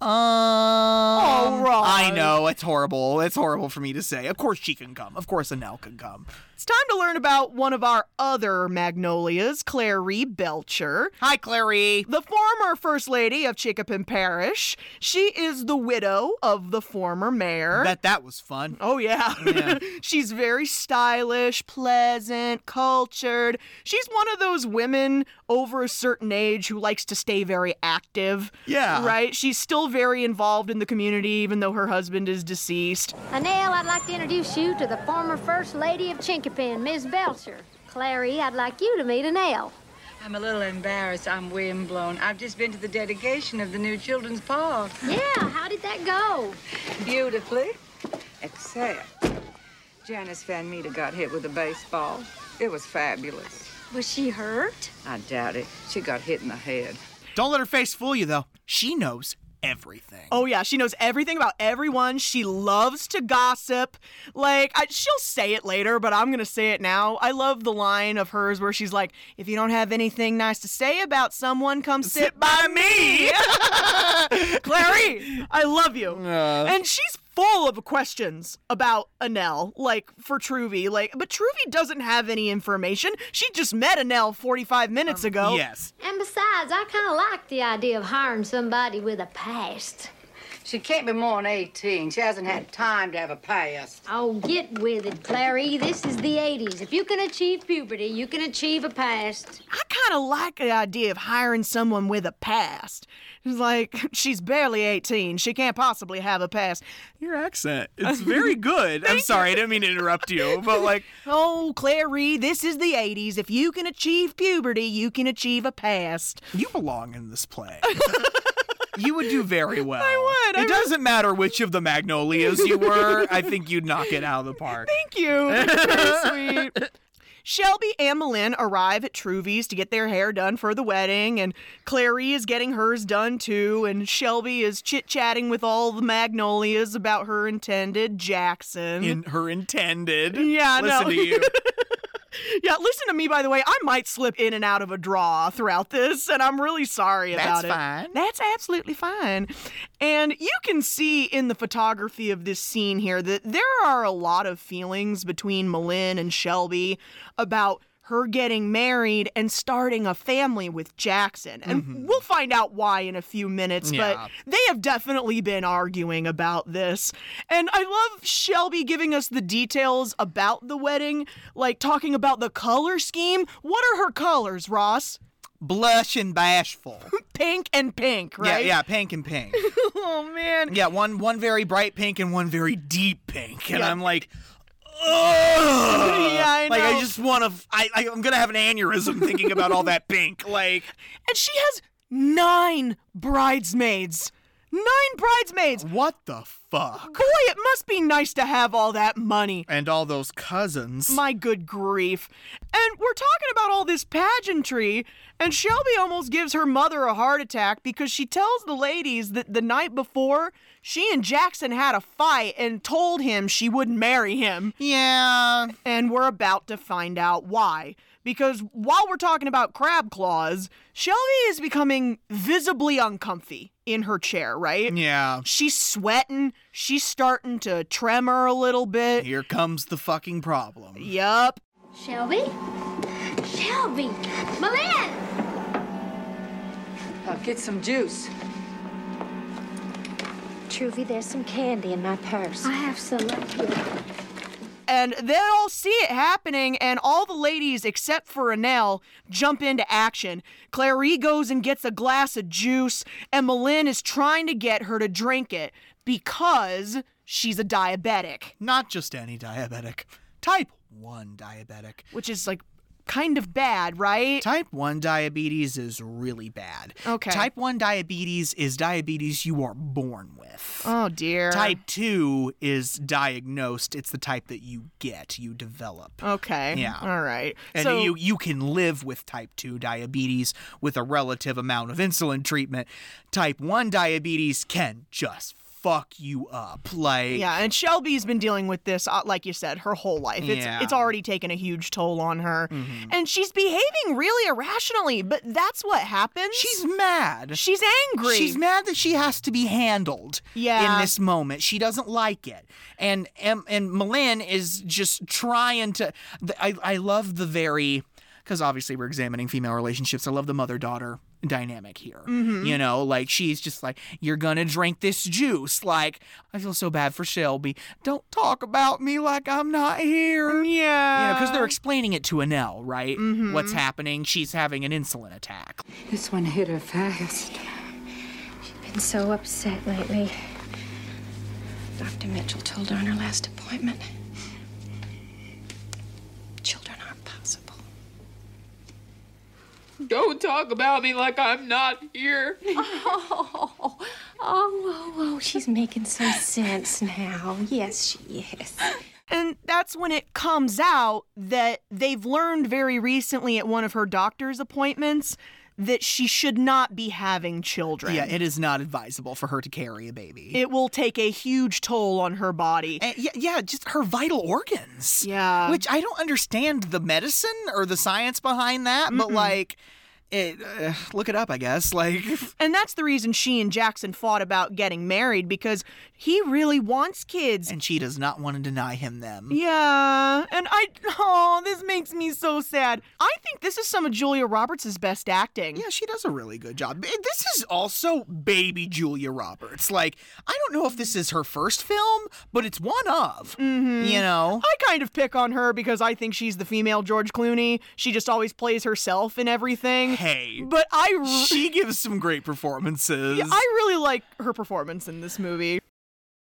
Speaker 1: "Um, all
Speaker 2: right."
Speaker 1: I know it's horrible. It's horrible for me to say. Of course she can come. Of course Anel can come.
Speaker 2: it's time to learn about one of our other magnolias, Clary Belcher.
Speaker 1: Hi, Clary.
Speaker 2: The former First Lady of Chicopin Parish. She is the widow of the former mayor.
Speaker 1: Bet that was fun.
Speaker 2: Oh, yeah. She's very stylish, pleasant, cultured. She's one of those women over a certain age who likes to stay very active.
Speaker 1: Yeah.
Speaker 2: Right? She's still very involved in the community, even though her husband is deceased.
Speaker 10: Anel, I'd like to introduce you to the former First Lady of Chinkapin, Miss Belcher. Clary, I'd like you to meet Anel.
Speaker 11: I'm a little embarrassed. I'm windblown. I've just been to the dedication of the new children's park.
Speaker 10: Yeah, how did that go?
Speaker 11: Beautifully. Except Janice Van Meter got hit with a baseball. It was fabulous.
Speaker 10: Was she hurt?
Speaker 11: I doubt it. She got hit in the head.
Speaker 1: Don't let her face fool you, though. She knows everything.
Speaker 2: Oh yeah, she knows everything about everyone. She loves to gossip. Like I, she'll say it later, but I'm gonna say it now. I love the line of hers where she's like, "If you don't have anything nice to say about someone, come sit, by me." Clary, I love you. and she's full of questions about Anel, like for Truvy. Like, but Truvy doesn't have any information. She just met Anel 45 minutes ago.
Speaker 1: Yes.
Speaker 10: And besides, I kind of like the idea of hiring somebody with a past.
Speaker 11: She can't be more than 18. She hasn't had time to have a past.
Speaker 10: Oh, get with it, Clary. This is the 80s. If you can achieve puberty, you can achieve a past.
Speaker 2: I kind of like the idea of hiring someone with a past. It's like, she's barely 18. She can't possibly have a past.
Speaker 1: Your accent. It's very good. I'm sorry, I didn't mean to interrupt you, but like,
Speaker 2: Oh, Clary, this is the 80s. If you can achieve puberty, you can achieve a past.
Speaker 1: you belong in this play. You would do very well.
Speaker 2: I would.
Speaker 1: It
Speaker 2: I really-
Speaker 1: doesn't matter which of the magnolias you were. I think you'd knock it out of the park.
Speaker 2: Thank you. That's very sweet. Shelby and Malin arrive at Truvy's to get their hair done for the wedding, and Clary is getting hers done too. And Shelby is chit chatting with all the magnolias about her intended Jackson.
Speaker 1: In her intended.
Speaker 2: Yeah, I
Speaker 1: Listen
Speaker 2: know.
Speaker 1: to you.
Speaker 2: yeah, listen to me, by the way. I might slip in and out of a draw throughout this, and I'm really sorry about
Speaker 1: That's
Speaker 2: it.
Speaker 1: fine.
Speaker 2: That's absolutely fine. And you can see in the photography of this scene here that there are a lot of feelings between Malin and Shelby about her getting married and starting a family with Jackson. And we'll find out why in a few minutes,
Speaker 1: Mm-hmm. Yeah.
Speaker 2: but they have definitely been arguing about this. And I love Shelby giving us the details about the wedding, like talking about the color scheme. What are her colors, Ross?
Speaker 1: Blush and bashful.
Speaker 2: Pink and pink, right?
Speaker 1: Yeah, yeah, pink and pink.
Speaker 2: Oh man.
Speaker 1: Yeah, one one very bright pink and one very deep pink, and
Speaker 2: Yeah.
Speaker 1: I'm like, ugh.
Speaker 2: Yeah, I
Speaker 1: Like I
Speaker 2: know.
Speaker 1: just want to. I, I I'm gonna have an aneurysm thinking about all that pink. Like
Speaker 2: And she has nine bridesmaids. Nine bridesmaids.
Speaker 1: what the fuck?
Speaker 2: Boy, it must be nice to have all that money.
Speaker 1: And all those cousins.
Speaker 2: My good grief. And we're talking about all this pageantry, and Shelby almost gives her mother a heart attack because she tells the ladies that the night before, she and Jackson had a fight and told him she wouldn't marry him.
Speaker 1: yeah.
Speaker 2: And we're about to find out why. Because while we're talking about crab claws, Shelby is becoming visibly uncomfy in her chair, right?
Speaker 1: Yeah.
Speaker 2: She's sweating, she's starting to tremor a little bit.
Speaker 1: Here comes the fucking problem.
Speaker 2: Yup.
Speaker 10: Shelby? Shelby! Malin!
Speaker 11: I'll get some juice.
Speaker 5: Truvy, there's some candy in my purse.
Speaker 10: I have some right here.
Speaker 2: And they all see it happening, and all the ladies, except for Annelle, jump into action. Clary goes and gets a glass of juice, and Malin is trying to get her to drink it because she's a diabetic,
Speaker 1: Not just any diabetic. Type one diabetic.
Speaker 2: which is like kind of bad, right?
Speaker 1: Type 1 diabetes is really bad.
Speaker 2: Okay.
Speaker 1: Type 1 diabetes is diabetes you are born with.
Speaker 2: Oh dear.
Speaker 1: Type 2 is diagnosed. It's the type that you get, you develop.
Speaker 2: Okay.
Speaker 1: Yeah.
Speaker 2: All right.
Speaker 1: And
Speaker 2: Oh, so
Speaker 1: you, you can live with type 2 diabetes with a relative amount of insulin treatment. Type 1 diabetes can just fuck you up. Like,
Speaker 2: Yeah, and Shelby's been dealing with this, uh, like you said, her whole life. It's
Speaker 1: Yeah. Mm-hmm.
Speaker 2: it's already taken a huge toll on her, and she's behaving really irrationally. But that's what happens.
Speaker 1: she's mad.
Speaker 2: she's angry.
Speaker 1: She's mad that she has to be handled
Speaker 2: Yeah.
Speaker 1: in this moment. She doesn't like it. And and, and Malin is just trying to th- I I love the very cuz obviously we're examining female relationships. I love the mother-daughter dynamic here.
Speaker 2: Mm-hmm.
Speaker 1: You know, like she's just like you're going to drink this juice. Like I feel so bad for Shelby. Don't talk about me like I'm not here.
Speaker 2: Mm, yeah, Mm-hmm.
Speaker 1: You know, because they're explaining it to Anel, right? What's happening? She's having an insulin attack.
Speaker 11: This one hit her fast.
Speaker 5: I've been so upset lately. Dr. Mitchell told her on her last appointment children aren't possible.
Speaker 12: Don't talk about me like I'm not here.
Speaker 9: Oh,
Speaker 5: Oh, oh, oh, she's making some sense now. Yes, she is.
Speaker 2: And that's when it comes out that they've learned very recently at one of her doctor's appointments that she should not be having children.
Speaker 1: Yeah, it is not advisable for her to carry a baby.
Speaker 2: It will take a huge toll on her body.
Speaker 1: And yeah, yeah, just her vital organs.
Speaker 2: Yeah.
Speaker 1: Which I don't understand the medicine or the science behind that, but
Speaker 2: Mm-mm.
Speaker 1: like, it, uh, look it up, I guess. Like,
Speaker 2: And that's the reason she and Jackson fought about getting married because he really wants kids.
Speaker 1: and she does not want to deny him them.
Speaker 2: Yeah, and I oh, this makes me so sad. I think this is some of Julia Roberts' best acting.
Speaker 1: Yeah, she does a really good job. Eh, This is also baby Julia Roberts. Like, I don't know if this is her first film, but it's one of. Mm-hmm. You know?
Speaker 2: I kind of pick on her because I think she's the female George Clooney. She just always plays herself in everything.
Speaker 1: Hey.
Speaker 2: But I re-
Speaker 1: She gives some great performances.
Speaker 2: Yeah, I really like her performance in this movie.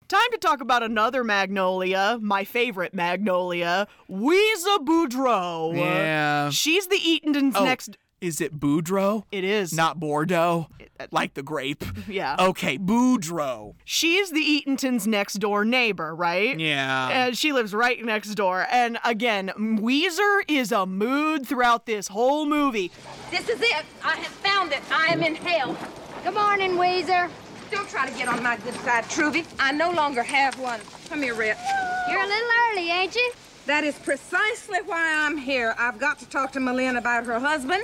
Speaker 2: Time to talk about another Magnolia, my favorite Magnolia, Weeza Boudreau.
Speaker 1: Yeah.
Speaker 2: She's the Eaton's
Speaker 1: Oh,
Speaker 2: next.
Speaker 1: Is it Boudreaux?
Speaker 2: It is.
Speaker 1: Not Bordeaux, like the grape.
Speaker 2: uh, Yeah.
Speaker 1: Okay, Boudreaux.
Speaker 2: She's the Eatonton's next door neighbor, right?
Speaker 1: Yeah.
Speaker 2: And she lives right next door. And again, Weezer is a mood throughout this whole movie.
Speaker 9: This is it. I have found it. I am in hell.
Speaker 10: Good morning, Weezer.
Speaker 9: Don't try to get on my good side, Truvy. I no longer have one. Come here, Rip.
Speaker 10: You're a little early, ain't you?
Speaker 11: That is precisely why I'm here. I've got to talk to Malin about her husband.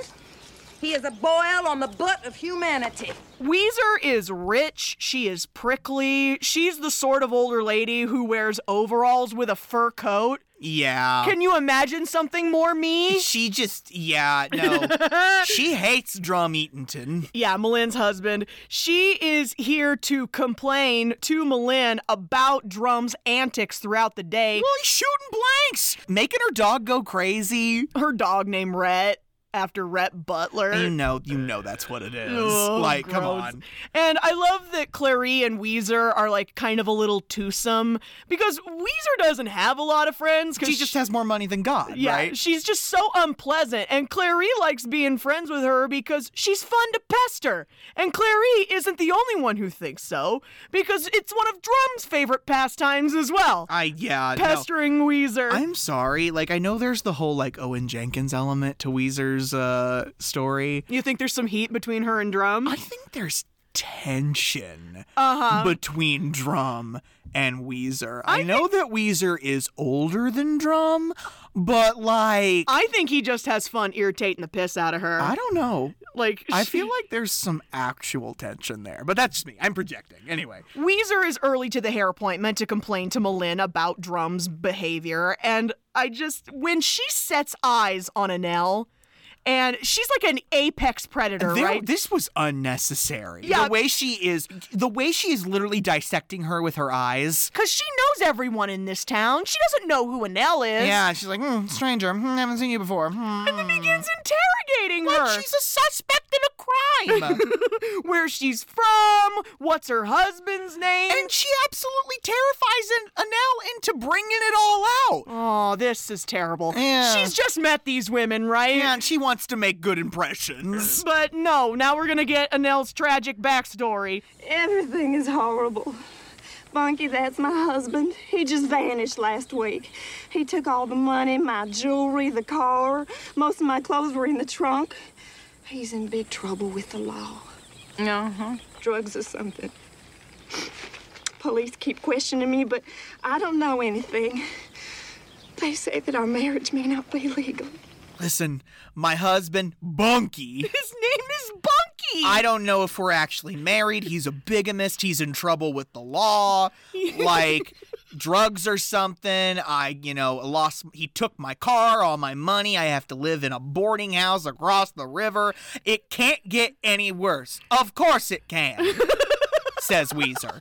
Speaker 9: He is a boil on the butt of humanity.
Speaker 2: Weezer is rich. She is prickly. She's the sort of older lady who wears overalls with a fur coat.
Speaker 1: Yeah.
Speaker 2: Can you imagine something more me?
Speaker 1: she just, yeah, no. she hates Drum Eatonton.
Speaker 2: Yeah, Malin's husband. She is here to complain to Malin about Drum's antics throughout the day.
Speaker 1: Well, he's shooting blanks, making her dog go crazy.
Speaker 2: Her dog named Rhett, after Rhett Butler.
Speaker 1: You know, you know that's what it is.
Speaker 2: Ugh,
Speaker 1: like, come
Speaker 2: gross.
Speaker 1: on.
Speaker 2: And I love that Clary and Weezer are like kind of a little twosome because Weezer doesn't have a lot of friends. 'cause
Speaker 1: She just has more money than God,
Speaker 2: yeah,
Speaker 1: right?
Speaker 2: she's just so unpleasant. And Clary likes being friends with her because she's fun to pester. And Clary isn't the only one who thinks so because it's one of Drum's favorite pastimes as well.
Speaker 1: I yeah. no.
Speaker 2: Pestering Weezer.
Speaker 1: I'm sorry. Like I know there's the whole like Owen Jenkins element to Weezer's uh story.
Speaker 2: you think there's some heat between her and Drum?
Speaker 1: I think there's tension
Speaker 2: Uh-huh.
Speaker 1: between Drum and Weezer. I, know that Weezer is older than Drum, but like I,
Speaker 2: I think he just has fun irritating the piss out of her.
Speaker 1: don't know.
Speaker 2: like
Speaker 1: I
Speaker 2: she-
Speaker 1: feel like there's some actual tension there, but that's just me. I'm projecting. Anyway,
Speaker 2: Weezer is early to the hair appointment to complain to Malin about Drum's behavior, and I just when she sets eyes on Anel, and she's like an apex predator,
Speaker 1: There-
Speaker 2: right?
Speaker 1: this was unnecessary.
Speaker 2: Yeah.
Speaker 1: The way she is, the way she is literally dissecting her with her eyes.
Speaker 2: Cause she knows everyone in this town. She doesn't know who Anel is.
Speaker 1: Yeah, she's like, hmm, stranger, hmm, haven't seen you before. Hmm.
Speaker 2: And then begins interrogating
Speaker 1: Like
Speaker 2: her.
Speaker 1: she's a suspect in a crime.
Speaker 2: Where she's from, what's her husband's name.
Speaker 1: and she absolutely terrifies an- Anel into bringing it all out.
Speaker 2: oh, this is terrible.
Speaker 1: Yeah.
Speaker 2: She's just met these women, right?
Speaker 1: And she wants to make good impressions.
Speaker 2: But no, now we're gonna get Anel's tragic backstory.
Speaker 8: Everything is horrible. Bunky, that's my husband. He just vanished last week. He took all the money, my jewelry, the car. Most of my clothes were in the trunk. He's in big trouble with the law.
Speaker 11: Uh-huh.
Speaker 8: drugs or something. Police keep questioning me, but I don't know anything. They say that our marriage may not be legal.
Speaker 1: Listen, my husband, Bunky.
Speaker 2: His name is Bunky.
Speaker 1: I don't know if we're actually married. He's a bigamist. He's in trouble with the law, like drugs or something. I, you know, lost. He took my car, all my money. I have to live in a boarding house across the river. It can't get any worse. Of course it can, says Weezer.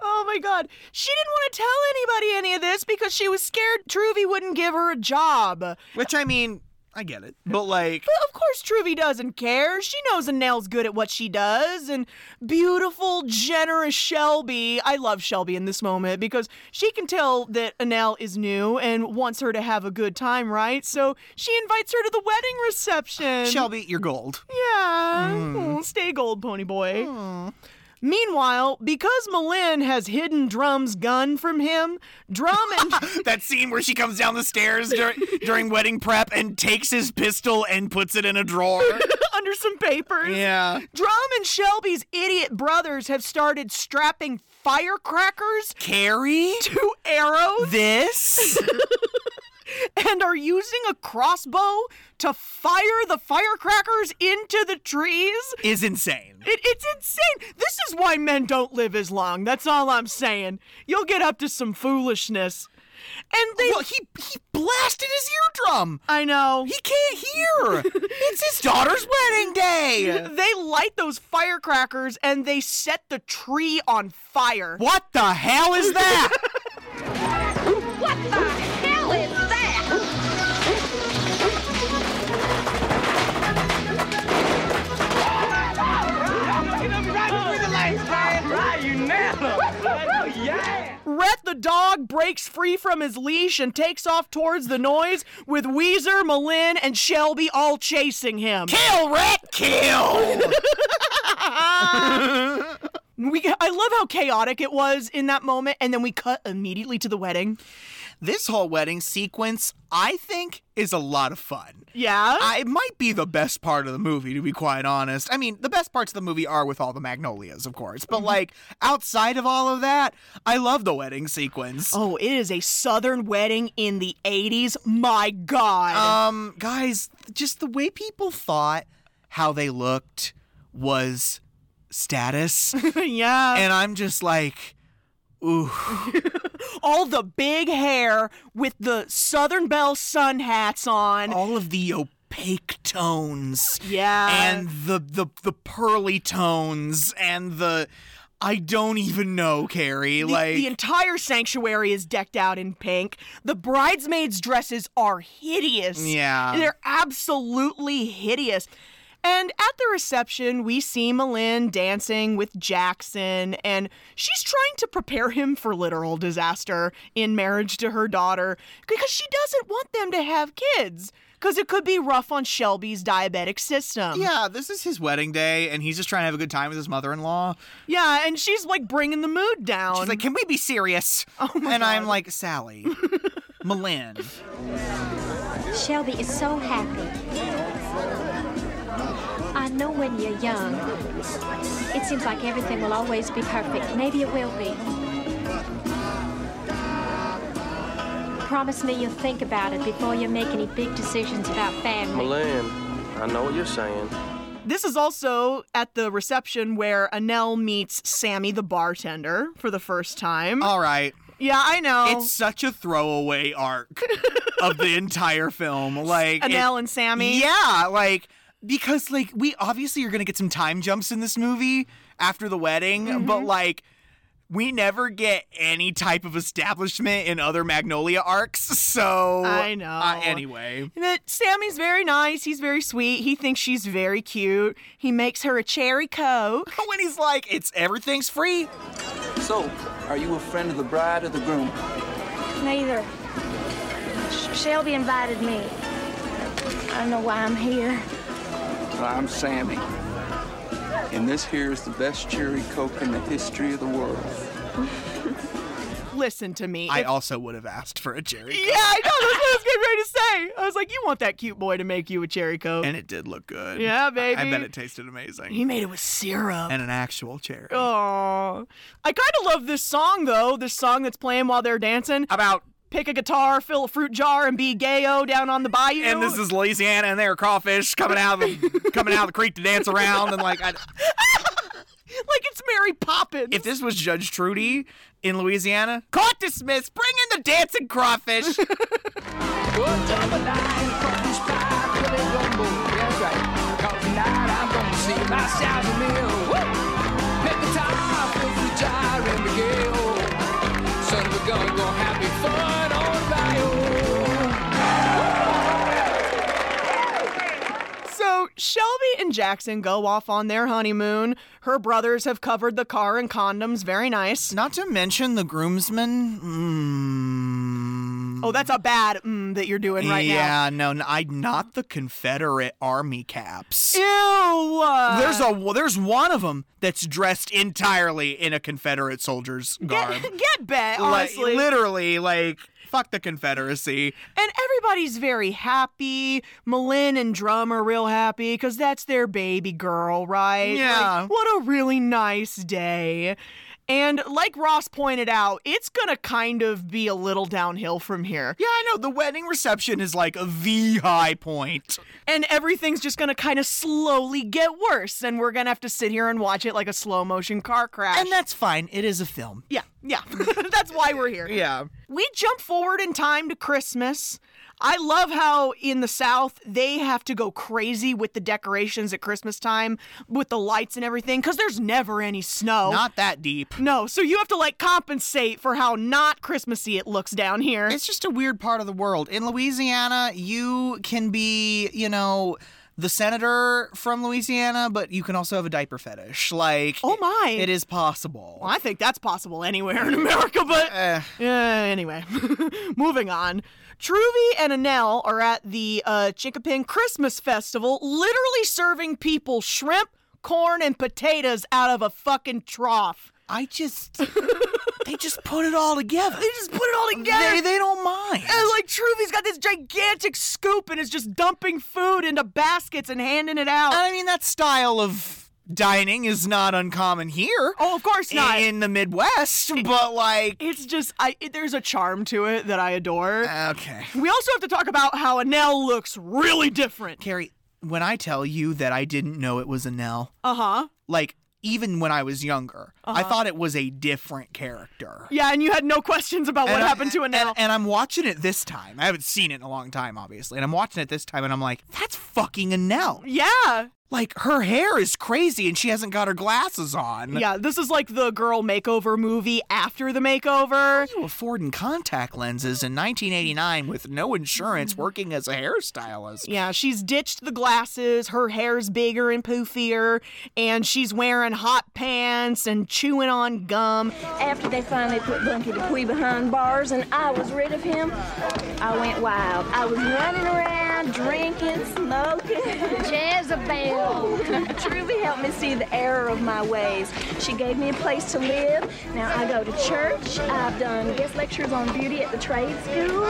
Speaker 2: Oh my god. She didn't want to tell anybody any of this because she was scared Truvy wouldn't give her a job. But
Speaker 1: Which I mean, I get it, but like,
Speaker 2: of course Truvy doesn't care. She knows Anel's good at what she does and beautiful, generous Shelby. I love Shelby in this moment because she can tell that Anel is new and wants her to have a good time, right? So she invites her to the wedding reception.
Speaker 1: Shelby, you're gold.
Speaker 2: Hmm,
Speaker 1: Hmm.
Speaker 2: Yeah. Oh, stay gold, pony boy. Meanwhile, because Malin has hidden Drum's gun from him, Drum and
Speaker 1: that scene where she comes down the stairs dur- during wedding prep and takes his pistol and puts it in a drawer.
Speaker 2: under some papers.
Speaker 1: Yeah.
Speaker 2: Drum and Shelby's idiot brothers have started strapping firecrackers
Speaker 1: Carrie?
Speaker 2: to arrows
Speaker 1: This?
Speaker 2: and are using a crossbow to fire the firecrackers into the trees.
Speaker 1: Is insane.
Speaker 2: It, it's insane. This is why men don't live as long. That's all I'm saying. You'll get up to some foolishness. And they.
Speaker 1: Well, he, he blasted his eardrum.
Speaker 2: I know.
Speaker 1: He can't hear. it's his daughter's wedding day.
Speaker 2: they light those firecrackers and they set the tree on fire.
Speaker 1: What the hell is that?
Speaker 10: What the hell is that?
Speaker 2: Rhett the dog breaks free from his leash and takes off towards the noise with Weezer, Malin, and Shelby all chasing him.
Speaker 1: kill, Rat, kill.
Speaker 2: We, I love how chaotic it was in that moment, and then we cut immediately to the wedding.
Speaker 1: this whole wedding sequence, I think, is a lot of fun.
Speaker 2: Yeah?
Speaker 1: I, it might be the best part of the movie, to be quite honest. I mean, the best parts of the movie are with all the magnolias, of course.
Speaker 2: Mm-hmm.
Speaker 1: But like outside of all of that, I love the wedding sequence.
Speaker 2: oh, it is a southern wedding in the 80s. My God.
Speaker 1: Um, guys, just the way people thought how they looked was status,
Speaker 2: yeah.
Speaker 1: Uh, and I'm just like, ooh,
Speaker 2: all the big hair with the Southern Belle sun hats on.
Speaker 1: all of the opaque tones.
Speaker 2: yeah.
Speaker 1: and the, the the pearly tones and the I don't even know, Carrie.
Speaker 2: the,
Speaker 1: like
Speaker 2: the entire sanctuary is decked out in pink. The bridesmaids' dresses are hideous.
Speaker 1: Yeah.
Speaker 2: They're absolutely hideous. And at the reception, we see Malin dancing with Jackson, and she's trying to prepare him for literal disaster in marriage to her daughter because she doesn't want them to have kids because it could be rough on Shelby's diabetic system.
Speaker 1: yeah, this is his wedding day, and he's just trying to have a good time with his mother-in-law.
Speaker 2: Yeah, and she's like bringing the mood down.
Speaker 1: She's like, "Can we be serious?" Oh my and I'm like, "Sally, Malin,
Speaker 10: Shelby is so happy. I know when you're young, it seems like everything will always be perfect. Maybe it will be. Promise me you'll think about it before you make any big decisions about family.
Speaker 12: Milan, I know what you're saying.
Speaker 2: This is also at the reception where Anel meets Sammy the bartender for the first time.
Speaker 1: all right."
Speaker 2: yeah, I know.
Speaker 1: Oh, It's such a throwaway arc of the entire film. Like it-
Speaker 2: Anel and Sammy.
Speaker 1: Yeah, like because like we obviously are gonna get some time jumps in this movie after the wedding,
Speaker 2: Mm-hmm.
Speaker 1: but like we never get any type of establishment in other Magnolia arcs. So
Speaker 2: I know.
Speaker 1: Uh, anyway,
Speaker 2: And That Sammy's very nice. He's very sweet. He thinks she's very cute. He makes her a cherry coke.
Speaker 1: when he's like, "It's everything's free,"
Speaker 12: So, are you a friend of the bride or the groom?
Speaker 5: Neither. Sh- Shelby invited me. I don't know why I'm here.
Speaker 12: I'm Sammy. And this here is the best cherry coke in the history of the world.
Speaker 2: Listen to me.
Speaker 1: I
Speaker 2: If-
Speaker 1: also would have asked for a cherry,
Speaker 2: yeah, I know. That's what I was getting ready to say. I was like, you want that cute boy to make you a cherry coke.
Speaker 1: and it did look good.
Speaker 2: Yeah,
Speaker 1: I- I
Speaker 2: baby.
Speaker 1: bet it tasted amazing.
Speaker 2: he Oh. made it with syrup.
Speaker 1: and an actual cherry.
Speaker 2: Aw. I kind of love this song, though. This song that's playing while they're dancing.
Speaker 1: About
Speaker 2: pick a guitar, fill a fruit jar, and be gayo down on the bayou.
Speaker 1: and this is Louisiana, and there are crawfish coming out of the, coming out of the creek to dance around, and like, I,
Speaker 2: like it's Mary Poppins.
Speaker 1: if this was Judge Trudy in Louisiana, court dismissed. Bring in the dancing crawfish.
Speaker 2: so Shelby and Jackson go off on their honeymoon. Her brothers have covered the car in condoms. Very nice.
Speaker 1: Not to mention the groomsmen. Mm,
Speaker 2: Oh, that's a bad mm that you're doing right now.
Speaker 1: yeah, no, no, I not the Confederate Army caps.
Speaker 2: Ew. uh,
Speaker 1: There's a there's one of them that's dressed entirely in a Confederate soldier's garb.
Speaker 2: get bet
Speaker 1: Like,
Speaker 2: honestly.
Speaker 1: literally, like fuck the Confederacy.
Speaker 2: And everybody's very happy. Malin and Drum are real happy because that's their baby girl, right?
Speaker 1: Yeah.
Speaker 2: Like, what a really nice day. And like Ross pointed out, it's going to kind of be a little downhill from here.
Speaker 1: Yeah, I know the wedding reception is like the high point.
Speaker 2: And everything's just going to kind of slowly get worse. And we're going to have to sit here and watch it like a slow motion car crash.
Speaker 1: And that's fine. It is a film.
Speaker 2: Yeah, yeah. That's why we're here.
Speaker 1: Yeah.
Speaker 2: We jump forward in time to Christmas. I love how in the South they have to go crazy with the decorations at Christmas time with the lights and everything because there's never any snow.
Speaker 1: Not that deep.
Speaker 2: no, so you have to like compensate for how not Christmassy it looks down here.
Speaker 1: It's just a weird part of the world. In Louisiana, you can be, you know, the senator from Louisiana, but you can also have a diaper fetish. Like,
Speaker 2: oh my.
Speaker 1: it is possible.
Speaker 2: Well, I think that's possible anywhere in America, but
Speaker 1: Eh.
Speaker 2: Uh, anyway, moving on. Truvy and Anel are at the uh, Chinkapin Christmas Festival, literally serving people shrimp, corn, and potatoes out of a fucking trough.
Speaker 1: I just, they just put it all together.
Speaker 2: They just put it all together.
Speaker 1: They, they don't mind.
Speaker 2: and like Truvy's got this gigantic scoop and is just dumping food into baskets and handing it out.
Speaker 1: I mean, that style of dining is not uncommon here.
Speaker 2: oh, of course not.
Speaker 1: In the Midwest, but like,
Speaker 2: it's just I. It, there's a charm to it that I adore.
Speaker 1: okay.
Speaker 2: we also have to talk about how Anel looks really different.
Speaker 1: Carrie, when I tell you that I didn't know it was a Nell,
Speaker 2: Uh huh.
Speaker 1: like, even when I was younger, I thought it was a different character.
Speaker 2: Uh-huh. Yeah, and you had no questions about what
Speaker 1: And I-
Speaker 2: happened to Anel.
Speaker 1: And I'm watching it this time. I haven't seen it in a long time, obviously. And I'm watching it this time, and I'm like, that's fucking Anel.
Speaker 2: yeah.
Speaker 1: Like her hair is crazy, and she hasn't got her glasses on.
Speaker 2: Yeah, this is like the girl makeover movie after the makeover.
Speaker 1: You affording contact lenses in 1989 with no insurance, working as a hairstylist.
Speaker 2: Yeah, she's ditched the glasses, her hair's bigger and poofier, and she's wearing hot pants and chewing on gum.
Speaker 13: After they finally put Bunky DePuy behind bars and I was rid of him, I went wild. I was running around, drinking, smoking.
Speaker 10: Jezebel.
Speaker 13: Truly helped me see the error of my ways. She gave me a place to live. Now I go to church. I've done guest lectures on beauty at the trade school.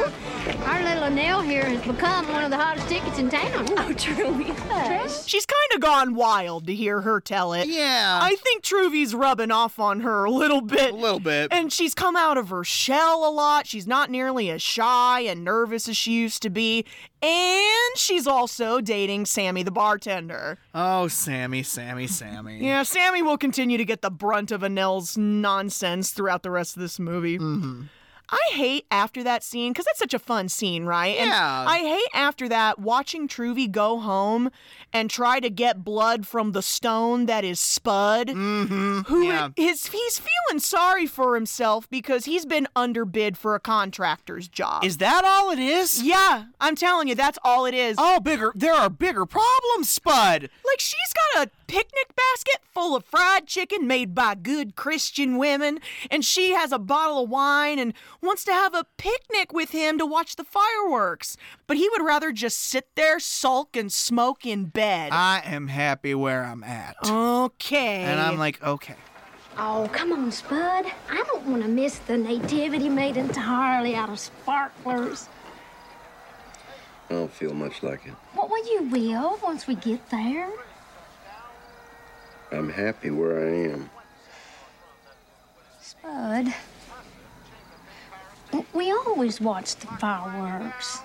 Speaker 10: Our little Anel here has become one of the hottest tickets in town.
Speaker 13: Oh, Truly. Hush.
Speaker 2: She's kind of gone wild to hear her tell it.
Speaker 1: Yeah.
Speaker 2: I think Truvy's rubbing off on her a little bit.
Speaker 1: a little bit.
Speaker 2: And she's come out of her shell a lot. She's not nearly as shy and nervous as she used to be. And she's also dating Sammy the bartender.
Speaker 1: oh, Sammy, Sammy, Sammy.
Speaker 2: Yeah, Sammy will continue to get the brunt of Anel's nonsense throughout the rest of this movie.
Speaker 1: Mm-hmm.
Speaker 2: I hate after that scene because that's such a fun scene, right? And
Speaker 1: Yeah.
Speaker 2: I hate after that watching Truvy go home and try to get blood from the stone that is Spud, mm-hmm. who
Speaker 1: Yeah.
Speaker 2: is- he's feeling sorry for himself because he's been underbid for a contractor's job.
Speaker 1: Is that all it is?
Speaker 2: yeah, I'm telling you, that's all it is.
Speaker 1: Oh, bigger. There are bigger problems, Spud.
Speaker 2: Like she's got a picnic basket full of fried chicken made by good Christian women, and she has a bottle of wine and wants to have a picnic with him to watch the fireworks. But he would rather just sit there, sulk, and smoke in bed.
Speaker 1: I am happy where I'm at.
Speaker 2: okay.
Speaker 1: And I'm like, okay.
Speaker 10: Oh, come on, Spud. I don't want to miss the nativity made entirely out of sparklers.
Speaker 12: I don't feel much like it.
Speaker 10: What well, you will once we get there.
Speaker 12: I'm happy where I am.
Speaker 10: Spud. w- We always watch the fireworks.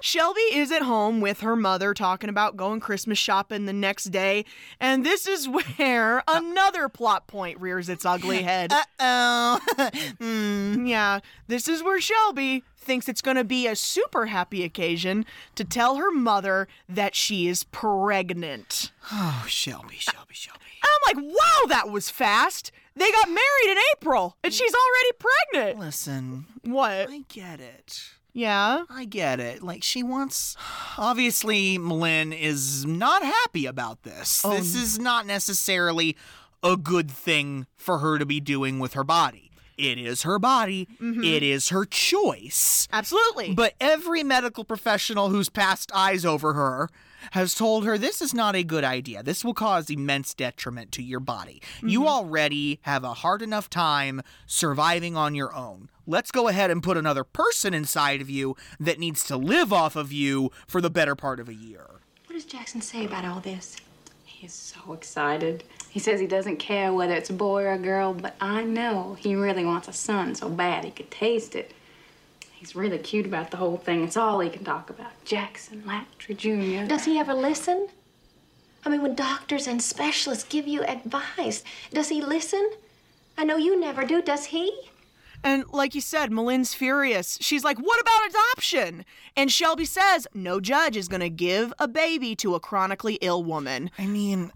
Speaker 2: Shelby is at home with her mother talking about going Christmas shopping the next day, and this is where another plot point rears its ugly head.
Speaker 1: Oh.
Speaker 2: Yeah, this is where Shelby thinks it's going to be a super happy occasion to tell her mother that she is pregnant.
Speaker 1: oh, Shelby, Shelby, Shelby.
Speaker 2: I'm like, wow, that was fast. They got married in April and she's already pregnant.
Speaker 1: Listen,
Speaker 2: What?
Speaker 1: I get it.
Speaker 2: Yeah.
Speaker 1: I get it. Like she wants obviously Malin is not happy about this.
Speaker 2: Oh,
Speaker 1: this is not necessarily a good thing for her to be doing with her body. It is her body. It is her choice.
Speaker 2: Absolutely.
Speaker 1: But every medical professional who's passed eyes over her has told her this is not a good idea. This will cause immense detriment to your body. You already have a hard enough time surviving on your own. Let's go ahead and put another person inside of you that needs to live off of you for the better part of a year.
Speaker 6: What does Jackson say about all this? He is so
Speaker 9: Excited. He says he doesn't care whether it's a boy or a girl, but I know he really wants a son so bad he could taste it. He's really cute about the whole thing. It's all he can talk about. Jackson Latre Jr.
Speaker 10: Does he ever listen? I mean, when doctors and specialists give you advice, does he listen? I know you never do, does he?
Speaker 2: And like you said, Malin's furious. She's like, What about adoption? And Shelby says, No judge is going to give a baby to a chronically ill woman.
Speaker 1: I mean,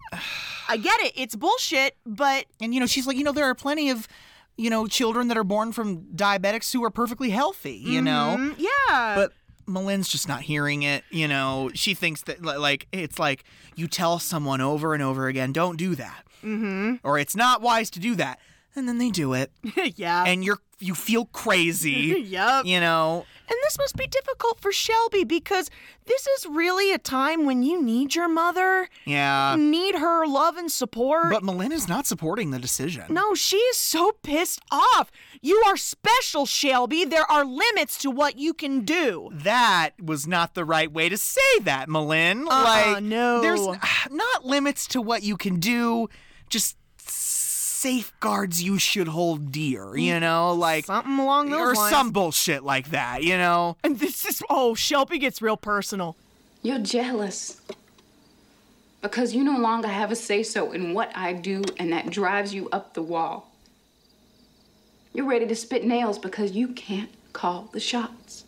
Speaker 2: I get it. It's bullshit, but.
Speaker 1: And, you know, she's like, You know, there are plenty of. You know, children that are born from diabetics who are perfectly healthy, you know?
Speaker 2: Mhm, yeah.
Speaker 1: But Malin's just not hearing it, you know? She thinks that, li- like, it's like you tell someone over and over again, don't do that,
Speaker 2: Mm
Speaker 1: or it's not wise to do that. And then they do it.
Speaker 2: hmm. yeah.
Speaker 1: And you're, you feel crazy.
Speaker 2: Yup.
Speaker 1: You know?
Speaker 2: And this must be difficult for Shelby because this is really a time when you need your mother,
Speaker 1: Yeah.
Speaker 2: need her love and support.
Speaker 1: Uh, But Malin is not supporting the decision.
Speaker 2: no, she is so pissed off. You are special, Shelby. There are limits to what you can do.
Speaker 1: that was not the right way to say that, Malin.
Speaker 2: Uh-uh,
Speaker 1: like,
Speaker 2: no.
Speaker 1: there's not limits to what you can do, just safeguards you should hold dear. You know, like
Speaker 2: Mm. something along those
Speaker 1: or
Speaker 2: lines.
Speaker 1: some bullshit like that. You know,
Speaker 2: And this is oh, Shelby gets real personal.
Speaker 9: You're jealous. Because you no longer have a say so in what I do, and that drives you up the wall. You're ready to spit nails because you can't call the shots.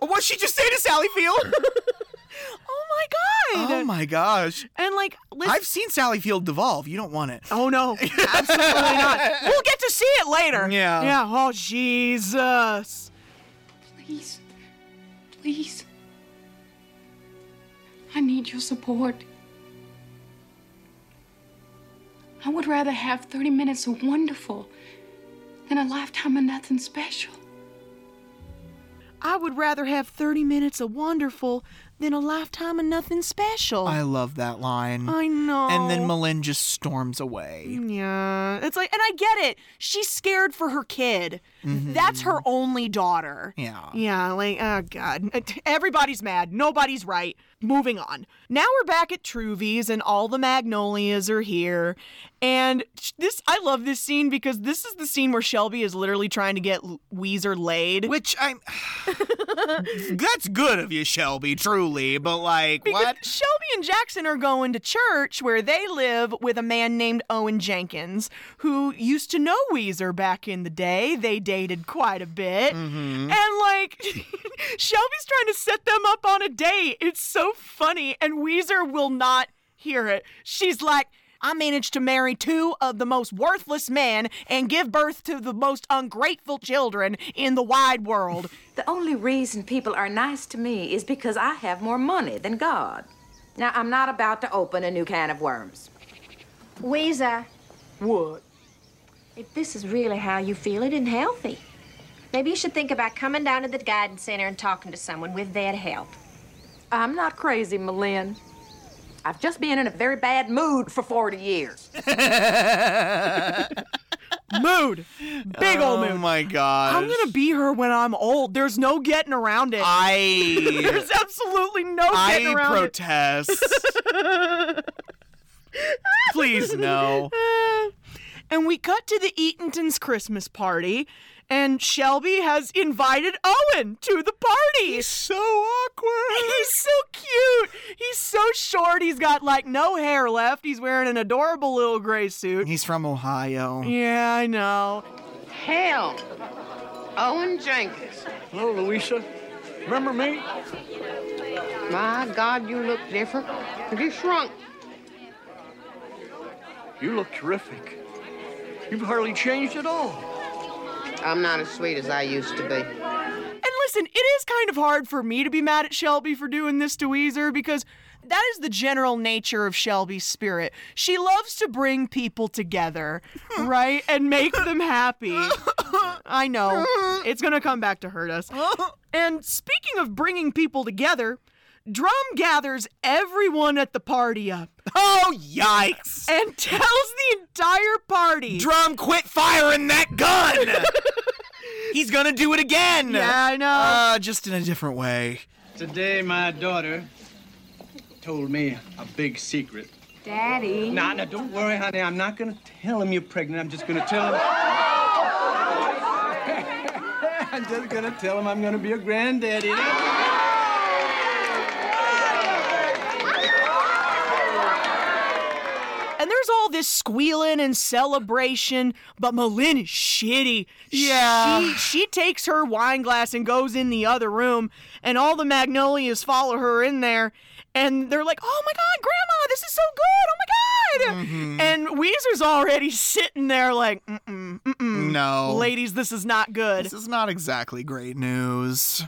Speaker 1: what'd she just say to Sally Field?
Speaker 2: Oh my god.
Speaker 1: oh my gosh.
Speaker 2: and like listen,
Speaker 1: I've seen Sally Field devolve. You don't want it.
Speaker 2: Oh no, absolutely not. We'll get to see it later.
Speaker 1: Yeah.
Speaker 2: Yeah. Oh Jesus.
Speaker 9: Please, please. I need your support. I would rather have 30 minutes of wonderful than a lifetime of nothing special.
Speaker 2: I would rather have 30 minutes of wonderful than a lifetime of nothing special.
Speaker 1: I love that line.
Speaker 2: I know.
Speaker 1: And then Malin just storms away.
Speaker 2: Yeah. It's like and I get it. She's scared for her kid. That's her only daughter.
Speaker 1: Mm-hmm. Yeah.
Speaker 2: Yeah, like, oh God. Everybody's mad. Nobody's right. Moving on. Now we're back at Truvies, and all the magnolias are here. And this, I love this scene because this is the scene where Shelby is literally trying to get Weezer laid.
Speaker 1: Which I'm. That's good of you, Shelby, truly, but like,
Speaker 2: Because
Speaker 1: what?
Speaker 2: Shelby and Jackson are going to church where they live with a man named Owen Jenkins, who used to know Weezer back in the day. They dated quite a bit.
Speaker 1: Mm-hmm.
Speaker 2: And like, Shelby's trying to set them up on a date. It's so funny. And Weezer will not hear it. She's like, I managed to marry two of the most worthless men and give birth to the most ungrateful children in the wide world.
Speaker 6: The only reason people are nice to me is because I have more money than God. Now, I'm not about to open a new can of worms.
Speaker 10: Weezer,
Speaker 6: What?
Speaker 10: if this is really how you feel, it isn't healthy. Maybe you should think about coming down to the guidance center and talking to someone. We're there to help.
Speaker 6: I'm not crazy, Malin. I've just been in a very bad mood for 40 years.
Speaker 2: mood. Big old mood.
Speaker 1: Oh my gosh.
Speaker 2: I'm gonna be her when I'm old. There's no getting around it.
Speaker 1: I.
Speaker 2: There's absolutely no getting
Speaker 1: I
Speaker 2: around it.
Speaker 1: protest. Please, no.
Speaker 2: And we cut to the Eatonton's Christmas party, and Shelby has invited Owen to the party. He's
Speaker 1: So awkward.
Speaker 2: He's so cute. He's so short. He's got like no hair left. He's wearing an adorable little gray suit.
Speaker 1: He's from Ohio.
Speaker 2: Yeah, I know.
Speaker 14: Hell, Owen Jenkins.
Speaker 12: Hello, Louisa. Remember me?
Speaker 14: My God, you look different. You shrunk.
Speaker 12: You look terrific. You've hardly changed at all.
Speaker 14: I'm not as sweet as I used to be.
Speaker 2: And listen, it is kind of hard for me to be mad at Shelby for doing this to Weezer because That is the general nature of Shelby's spirit. She loves to bring people together, right? And make them happy. I know. It's going to come back to hurt us. And speaking of bringing people together, Drum gathers everyone at the party up.
Speaker 1: Oh, yikes!
Speaker 2: And tells the entire party
Speaker 1: Drum, quit firing that gun! He's gonna do it again!
Speaker 2: Yeah, I know.
Speaker 1: Uh, just in a different way.
Speaker 15: Today, my daughter told me a big secret.
Speaker 14: Daddy.
Speaker 15: Nah, nah, don't worry, honey. I'm not gonna tell him you're pregnant. I'm just gonna tell him. I'm just gonna tell him I'm gonna be a granddaddy.
Speaker 2: And there's all this squealing and celebration, but Malin is shitty.
Speaker 1: Yeah.
Speaker 2: She, she takes her wine glass and goes in the other room, and all the magnolias follow her in there, and they're like, oh my God, Grandma, this is so good. Oh my God.
Speaker 1: Mm-hmm.
Speaker 2: And Weezer's already sitting there like, mm-mm, mm-mm.
Speaker 1: No.
Speaker 2: Ladies, this is not good.
Speaker 1: This is not exactly great news.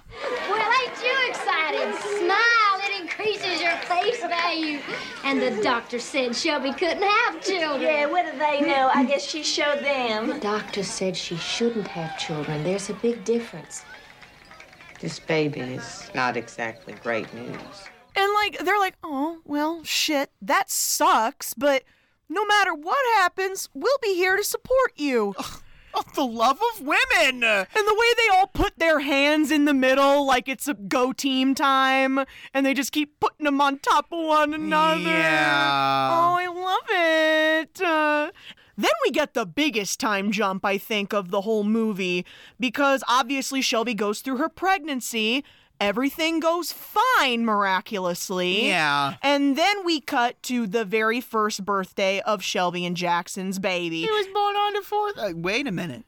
Speaker 10: Well, ain't you excited? Smile, it increases your face value. And the doctor said Shelby couldn't have children.
Speaker 13: Yeah, what do they know? I guess she showed them.
Speaker 16: Doctor said she shouldn't have children. There's a big difference.
Speaker 14: This baby is not exactly great news.
Speaker 2: And like they're like, "Oh, well, shit. That sucks, but no matter what happens, we'll be here to support you."
Speaker 1: Oh, the love of women! Uh, And
Speaker 2: the way they all put their hands in the middle like it's a go team time, and they just keep putting them on top of one another.
Speaker 1: Yeah.
Speaker 2: Oh, I love it. Uh, then we get the biggest time jump, I think, of the whole movie, because obviously Shelby goes through her pregnancy. Everything goes fine miraculously.
Speaker 1: Yeah.
Speaker 2: And then we cut to the very first birthday of Shelby and Jackson's baby.
Speaker 1: He was born on the fourth. Uh, wait a minute.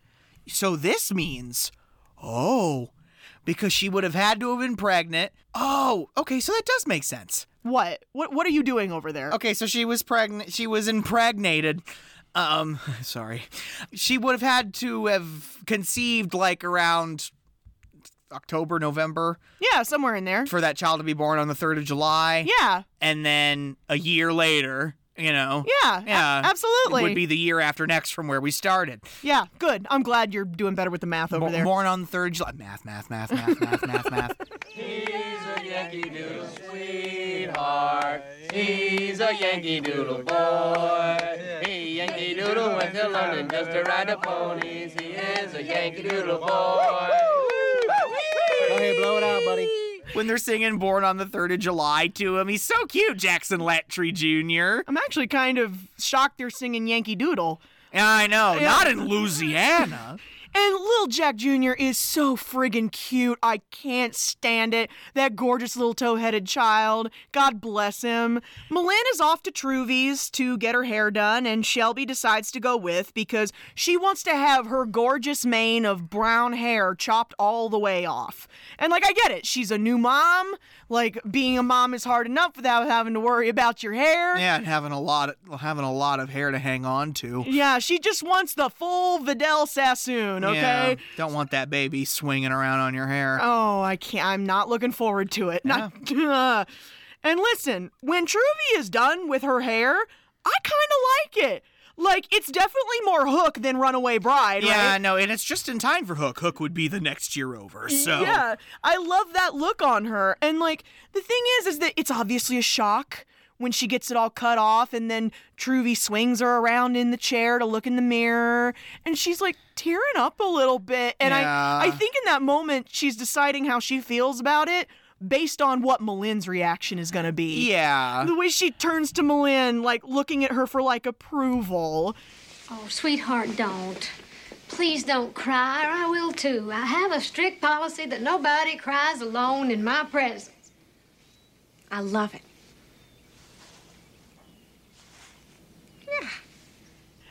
Speaker 1: So this means, oh, because she would have had to have been pregnant. Oh, okay. So that does make sense.
Speaker 2: What? What what are you doing over there?
Speaker 1: Okay, so she was pregnant. She was impregnated. Um, sorry. She would have had to have conceived like around October, November
Speaker 2: Yeah, somewhere in there.
Speaker 1: for that child to be born on the 3rd of July.
Speaker 2: Yeah.
Speaker 1: And then a year later, you know.
Speaker 2: Yeah, a- absolutely.
Speaker 1: Would be the year after next from where we started.
Speaker 2: Yeah, good. I'm glad you're doing better with the math over
Speaker 1: Bo-
Speaker 2: there.
Speaker 1: Born on the 3rd July. Math, math, math, math, math, math, math.
Speaker 17: Yankee Doodle sweetheart. He's a Yankee Doodle boy. He Yankee Doodle went to London just to ride the ponies. He is a Yankee Doodle boy.
Speaker 1: Go ahead, blow it out, buddy. When they're singing Born on the 3rd of July to him, he's so cute, Jackson Latre Jr.
Speaker 2: I'm actually kind of shocked they're singing Yankee Doodle.
Speaker 1: Yeah, I know.
Speaker 2: Yeah.
Speaker 1: Not in Louisiana.
Speaker 2: And Lil Jack Jr. is so friggin' cute. I can't stand it. That gorgeous little tow headed child. God bless him. Milan is off to Truvie's to get her hair done, and Shelby decides to go with because she wants to have her gorgeous mane of brown hair chopped all the way off. And, like, I get it. She's a new mom. Like, being a mom is hard enough without having to worry about your hair.
Speaker 1: yeah, and having a lot of, having a lot of hair to hang on to.
Speaker 2: Yeah, she just wants the full Vidal Sassoon, okay?
Speaker 1: Yeah, don't want that baby swinging around on your hair.
Speaker 2: Oh, I can't. I'm not looking forward to it. Not- Uh, and listen, when Truvy is done with her hair, I kind of like it. Like, it's definitely more Hook than Runaway Bride,
Speaker 1: yeah,
Speaker 2: right?
Speaker 1: no, and it's just in time for Hook. Hook would be the next year over, so.
Speaker 2: Yeah, I love that look on her. And, like, the thing is, is that it's obviously a shock when she gets it all cut off, and then Truvy swings her around in the chair to look in the mirror, and she's, like, tearing up a little bit. And
Speaker 1: Yeah.
Speaker 2: I, I think in that moment, she's deciding how she feels about it based on what Malin's reaction is going to be.
Speaker 1: Yeah.
Speaker 2: The way she turns to Malin, like, looking at her for, like, approval.
Speaker 10: Oh, sweetheart, don't. Please don't cry, or I will too. I have a strict policy that nobody cries alone in my presence.
Speaker 16: I love it.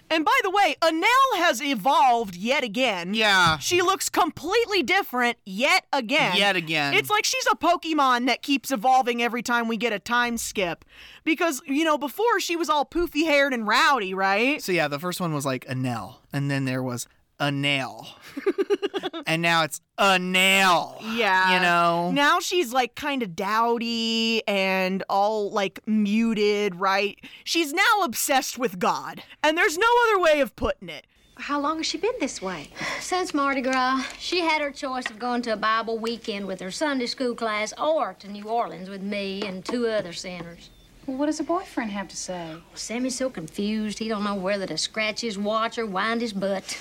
Speaker 2: And by the way, Anel has evolved yet again.
Speaker 1: Yeah.
Speaker 2: She looks completely different yet again.
Speaker 1: Yet again.
Speaker 2: It's like she's a Pokemon that keeps evolving every time we get a time skip. Because, you know, before she was all poofy haired and rowdy, right?
Speaker 1: So yeah, the first one was like Anel, and then there was a nail. and now it's a nail.
Speaker 2: Yeah.
Speaker 1: You know?
Speaker 2: Now she's like kind of dowdy and all like muted, right? She's now obsessed with God. And there's no other way of putting it.
Speaker 13: How long has she been this way?
Speaker 10: Since Mardi Gras, she had her choice of going to a Bible weekend with her Sunday school class or to New Orleans with me and two other sinners.
Speaker 9: Well, what does her boyfriend have to say?
Speaker 10: Sammy's so confused, he don't know whether to scratch his watch or wind his butt.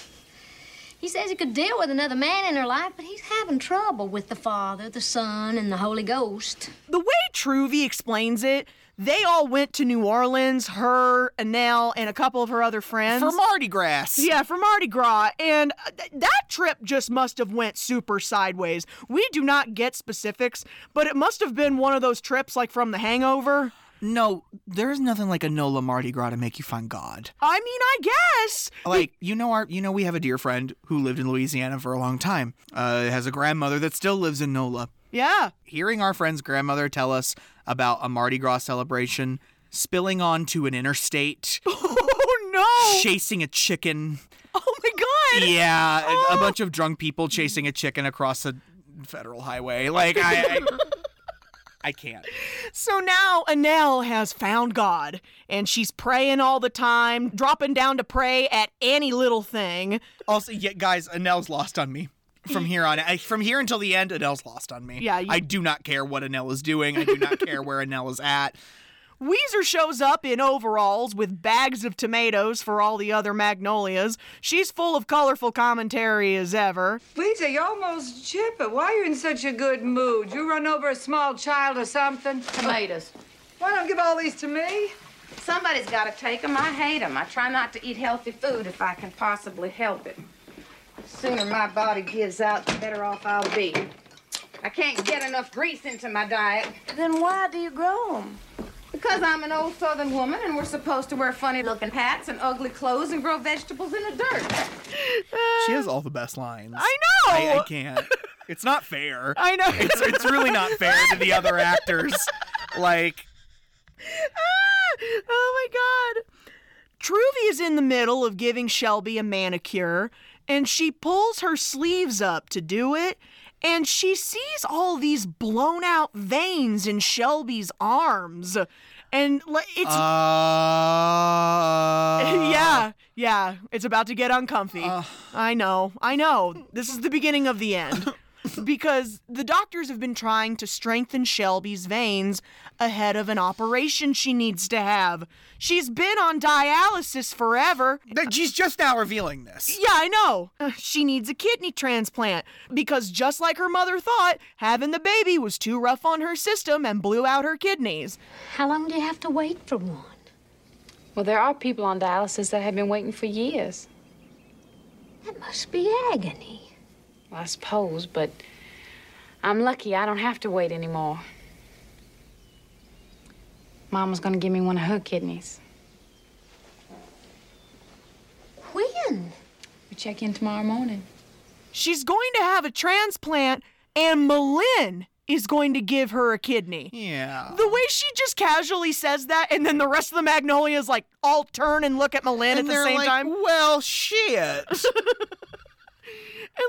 Speaker 10: He says he could deal with another man in her life, but he's having trouble with the Father, the Son, and the Holy Ghost.
Speaker 2: The way Truvy explains it, they all went to New Orleans, her, Annelle, and a couple of her other friends.
Speaker 1: For Mardi Gras.
Speaker 2: Yeah, for Mardi Gras. And uh, th- that trip just must have went super sideways. We do not get specifics, but it must have been one of those trips like from The Hangover.
Speaker 1: No, there's nothing like a Nola Mardi Gras to make you find God.
Speaker 2: I mean, I guess.
Speaker 1: Like you know our you know we have a dear friend who lived in Louisiana for a long time. Uh, has a grandmother that still lives in Nola.
Speaker 2: Yeah.
Speaker 1: Hearing our friend's grandmother tell us about a Mardi Gras celebration, spilling onto an interstate,
Speaker 2: Oh no!
Speaker 1: chasing a chicken.
Speaker 2: Oh my god!
Speaker 1: Yeah,
Speaker 2: Oh.
Speaker 1: a- a bunch of drunk people chasing a chicken across a federal highway. Like I, I, I can't.
Speaker 2: So now Annelle has found God, and she's praying all the time, dropping down to pray at any little thing.
Speaker 1: Also, yeah, guys, Anel's lost on me. From here on, I, from here until the end, Anel's lost on me.
Speaker 2: Yeah, you-
Speaker 1: I do not care what Anel is doing. I do not care where Anel is at.
Speaker 2: Weezer shows up in overalls with bags of tomatoes for all the other magnolias. She's full of colorful commentary as ever.
Speaker 11: Lisa, you almost chip it. Why are you in such a good mood? You run over a small child or something?
Speaker 9: Tomatoes.
Speaker 11: Why don't you give all these to me?
Speaker 6: Somebody's got to take 'em. I hate 'em. I try not to eat healthy food if I can possibly help it. The sooner my body gives out, the better off I'll be. I can't get enough grease into my diet. Then why do you grow 'em? Because I'm an old southern woman and we're supposed to wear funny looking hats and ugly clothes and grow vegetables in the dirt.
Speaker 1: She has all the best lines.
Speaker 2: I know!
Speaker 1: I, I can't. It's not fair.
Speaker 2: I know.
Speaker 1: It's, it's really not fair to the other actors. Like,
Speaker 2: oh my god. Truvy is in the middle of giving Shelby a manicure, and she pulls her sleeves up to do it, and she sees all these blown out veins in Shelby's arms. And like, it's
Speaker 1: uh,
Speaker 2: yeah, yeah, it's about to get uncomfy. I know, I know. This is the beginning of the end. Because the doctors have been trying to strengthen Shelby's veins ahead of an operation she needs to have. She's been on dialysis forever.
Speaker 1: That she's just now revealing this.
Speaker 2: Yeah, I know. Uh, She needs a kidney transplant because just like her mother thought, having the baby was too rough on her system and blew out her kidneys.
Speaker 10: How long do you have to wait for one?
Speaker 9: Well, there are people on dialysis that have been waiting for years.
Speaker 10: That must be agony.
Speaker 9: Well, I suppose, but I'm lucky I don't have to wait anymore. Mama's gonna give me one of her kidneys.
Speaker 10: When?
Speaker 9: We check in tomorrow morning.
Speaker 2: She's going to have a transplant, and Malin is going to give her a kidney.
Speaker 1: Yeah.
Speaker 2: The way she just casually says that, and then the rest of the Magnolias like all turn and look at Malin at
Speaker 1: And
Speaker 2: the
Speaker 1: they're
Speaker 2: same
Speaker 1: like,
Speaker 2: time, and
Speaker 1: well, shit.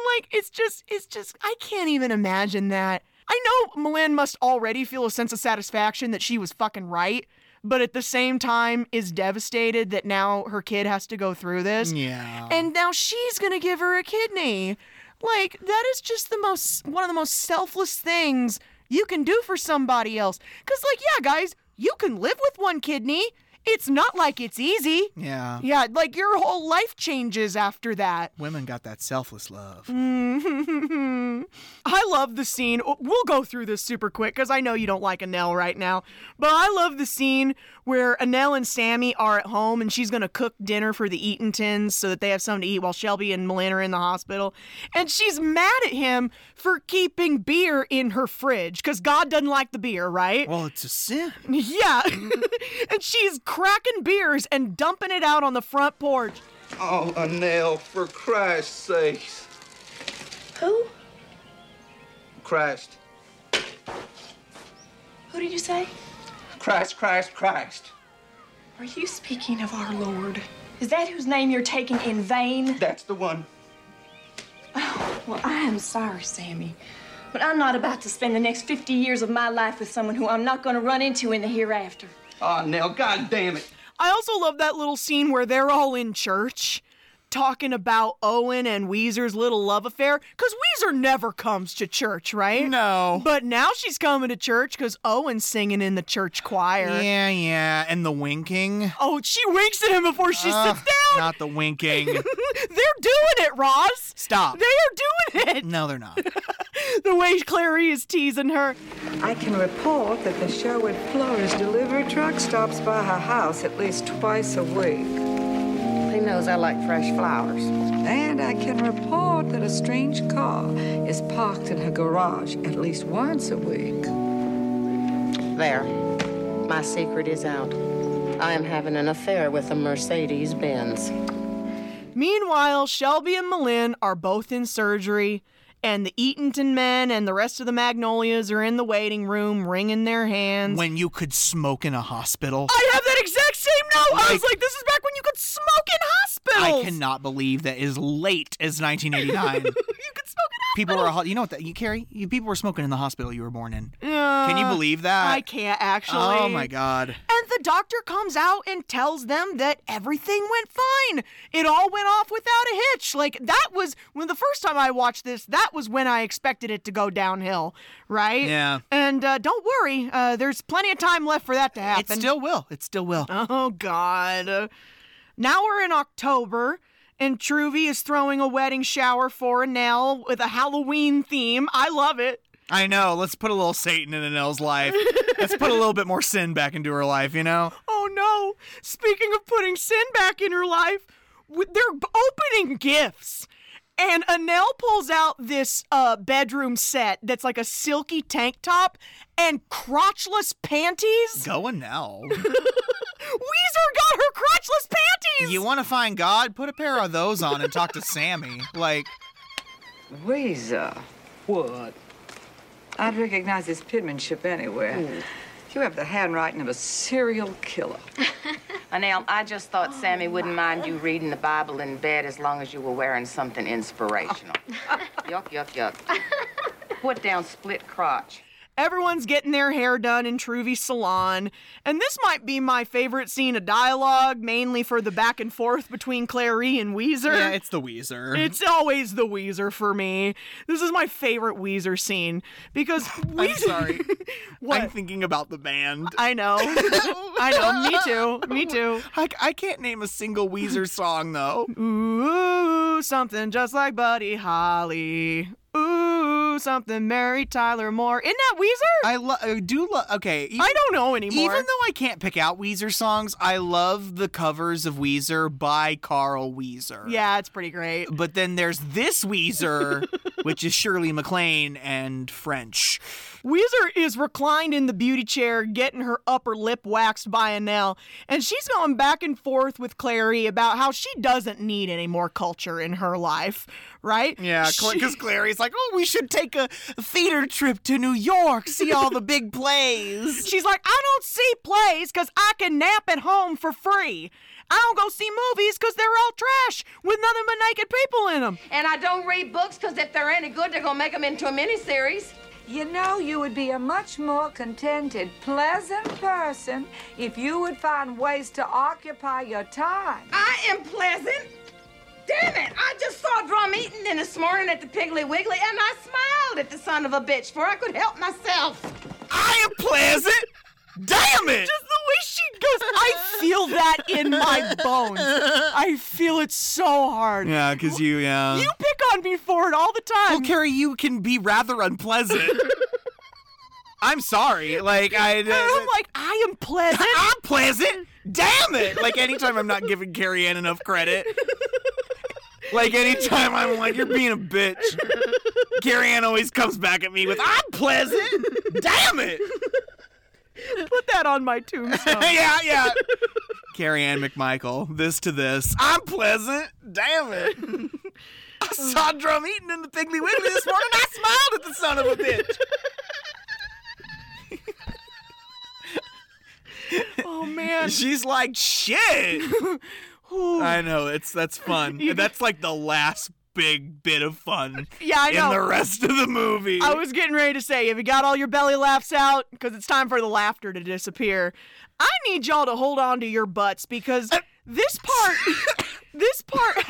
Speaker 2: like it's just, it's just, I can't even imagine that. I know Malin must already feel a sense of satisfaction that she was fucking right, but at the same time is devastated that now her kid has to go through this.
Speaker 1: yeah.
Speaker 2: and now she's gonna give her a kidney. Like that is just the most one of the most selfless things you can do for somebody else. Cause like yeah, guys, you can live with one kidney. It's not like it's easy.
Speaker 1: yeah.
Speaker 2: Yeah, like your whole life changes after that.
Speaker 1: Women got that selfless love.
Speaker 2: Mm. I love the scene. We'll go through this super quick because I know you don't like Annelle right now. But I love the scene where Annelle and Sammy are at home and she's going to cook dinner for the Eatentons so that they have something to eat while Shelby and Melan are in the hospital. And she's mad at him for keeping beer in her fridge because God doesn't like the beer, right?
Speaker 1: Well, it's a sin.
Speaker 2: yeah. and she's cracking beers and dumping it out on the front porch.
Speaker 12: Oh, Anel, for Christ's sake.
Speaker 13: Who?
Speaker 12: Christ.
Speaker 13: Who did you say?
Speaker 12: Christ, Christ, Christ.
Speaker 13: Are you speaking of our Lord? Is that whose name you're taking in vain?
Speaker 12: That's the one.
Speaker 5: Well, I am sorry, Sammy, but I'm not about to spend the next 50 years of my life with someone who I'm not going to run into in the hereafter.
Speaker 15: Oh, Nell, God damn it.
Speaker 2: I also love that little scene where they're all in church talking about Owen and Weezer's little love affair because Weezer never comes to church, right?
Speaker 1: No.
Speaker 2: But now she's coming to church because Owen's singing in the church choir.
Speaker 1: Yeah, yeah. And the winking.
Speaker 2: Oh, she winks at him before she
Speaker 1: Ugh,
Speaker 2: sits down.
Speaker 1: Not the winking.
Speaker 2: they're doing it, Ross.
Speaker 1: Stop. Mm.
Speaker 2: They are doing it.
Speaker 1: No, they're not.
Speaker 2: the way Clary is teasing her.
Speaker 11: I can report that the Sherwood Flores delivery truck stops by her house at least twice a week.
Speaker 14: He knows I like fresh flowers.
Speaker 11: And I can report that a strange car is parked in her garage at least once a week.
Speaker 14: There. My secret is out. I am having an affair with a Mercedes Benz.
Speaker 2: Meanwhile, Shelby and Malin are both in surgery, and the Eatonton men and the rest of the Magnolias are in the waiting room wringing their hands.
Speaker 1: when you could smoke in a hospital.
Speaker 2: I have that exact same note! I was
Speaker 1: Like-
Speaker 2: like, this is back when you could smoke in
Speaker 1: I
Speaker 2: hospitals!
Speaker 1: cannot believe that as late as 1989. you could smoke People were, ho- you know what that, you Carrie, you, people were smoking in the hospital you were born in. Can you
Speaker 2: Uh,
Speaker 1: believe that?
Speaker 2: I can't actually.
Speaker 1: Oh my god.
Speaker 2: And the doctor comes out and tells them that everything went fine. It all went off without a hitch. Like that was when the first time I watched this, that was when I expected it to go downhill, right?
Speaker 1: Yeah.
Speaker 2: And uh, don't worry, uh, there's plenty of time left for that to happen.
Speaker 1: It still will. It still will.
Speaker 2: Oh God. Now we're in October. And Truvy is throwing a wedding shower for Nell with a Halloween theme. I love it.
Speaker 1: I know. Let's put a little Satan in Annelle's life. Let's put a little bit more sin back into her life, you know?
Speaker 2: Oh no! Speaking of putting sin back in her life, w- they're b- opening gifts. And Annelle pulls out this uh, bedroom set that's like a silky tank top and crotchless panties.
Speaker 1: Go Annelle.
Speaker 2: Weezer got her crotchless panties!
Speaker 1: you want to find God? Put a pair of those on and talk to Sammy. Like,
Speaker 11: Weezer. What? I'd recognize his penmanship anywhere. You have the handwriting of a serial killer.
Speaker 6: Anel, I just thought Sammy wouldn't mind you reading the Bible in bed as long as you were wearing something inspirational. yuck, yuck, yuck. Put down split crotch.
Speaker 2: Everyone's getting their hair done in Truvy's salon. And this might be my favorite scene of dialogue, mainly for the back and forth between Clary and Weezer.
Speaker 1: yeah, it's the Weezer.
Speaker 2: It's always the Weezer for me. This is my favorite Weezer scene because Weezer.
Speaker 1: I'm sorry.
Speaker 2: What?
Speaker 1: I'm thinking about the band.
Speaker 2: I know. I know. Me too. Me too.
Speaker 1: I, I can't name a single Weezer song though.
Speaker 2: Ooh, something just like Buddy Holly. Ooh, something Mary Tyler Moore. Isn't that Weezer?
Speaker 1: I, lo- I do love. Okay, even-
Speaker 2: I don't know anymore.
Speaker 1: Even though I can't pick out Weezer songs, I love the covers of Weezer by Carl Weezer.
Speaker 2: yeah, it's pretty great.
Speaker 1: But then there's this Weezer, which is Shirley MacLaine and French.
Speaker 2: Weezer is reclined in the beauty chair, getting her upper lip waxed by Annelle, and she's going back and forth with Clary about how she doesn't need any more culture in her life, right?
Speaker 1: Yeah,
Speaker 2: She-
Speaker 1: because Clary's like, oh, we should take a theater trip to New York, see all the big plays.
Speaker 2: She's like, I don't see plays because I can nap at home for free. I don't go see movies because they're all trash with nothing but naked people in them.
Speaker 6: And I don't read books because if they're any good, they're going to make them into a miniseries.
Speaker 11: You know, you would be a much more contented, pleasant person if you would find ways to occupy your time.
Speaker 6: I am pleasant. Damn it! I just saw Drum eating in this morning at the Piggly Wiggly, and I smiled at the son of a bitch, for I could help myself.
Speaker 1: I am pleasant. Damn it!
Speaker 2: Just the way she goes, I feel that in my bones. I feel it so hard.
Speaker 1: Yeah, because you, yeah.
Speaker 2: You pick on me for it all the time.
Speaker 1: Well, Carrie, you can be rather unpleasant. Oh I'm sorry. Like I,
Speaker 2: I'm like, I am pleasant.
Speaker 1: I'm pleasant. Damn it! Like anytime I'm not giving Carrie Ann enough credit. Like anytime I'm like, you're being a bitch. Carrie Ann always comes back at me with, I'm pleasant. Damn it.
Speaker 2: Put that on my tombstone.
Speaker 1: yeah, yeah. Um, Carrie Ann McMichael, this to this. I'm pleasant. Damn it. I saw Drum eating in the Piggly Wiggly this morning. I smiled at the son of a bitch.
Speaker 2: Oh man.
Speaker 1: She's like, shit.
Speaker 2: Ooh.
Speaker 1: I know. It's that's fun.
Speaker 2: You-
Speaker 1: That's like the last big bit of fun
Speaker 2: Yeah, I know.
Speaker 1: in the rest of the movie.
Speaker 2: I was getting ready to say, if you got all your belly laughs out, because it's time for the laughter to disappear. I need y'all to hold on to your butts because this part, this part,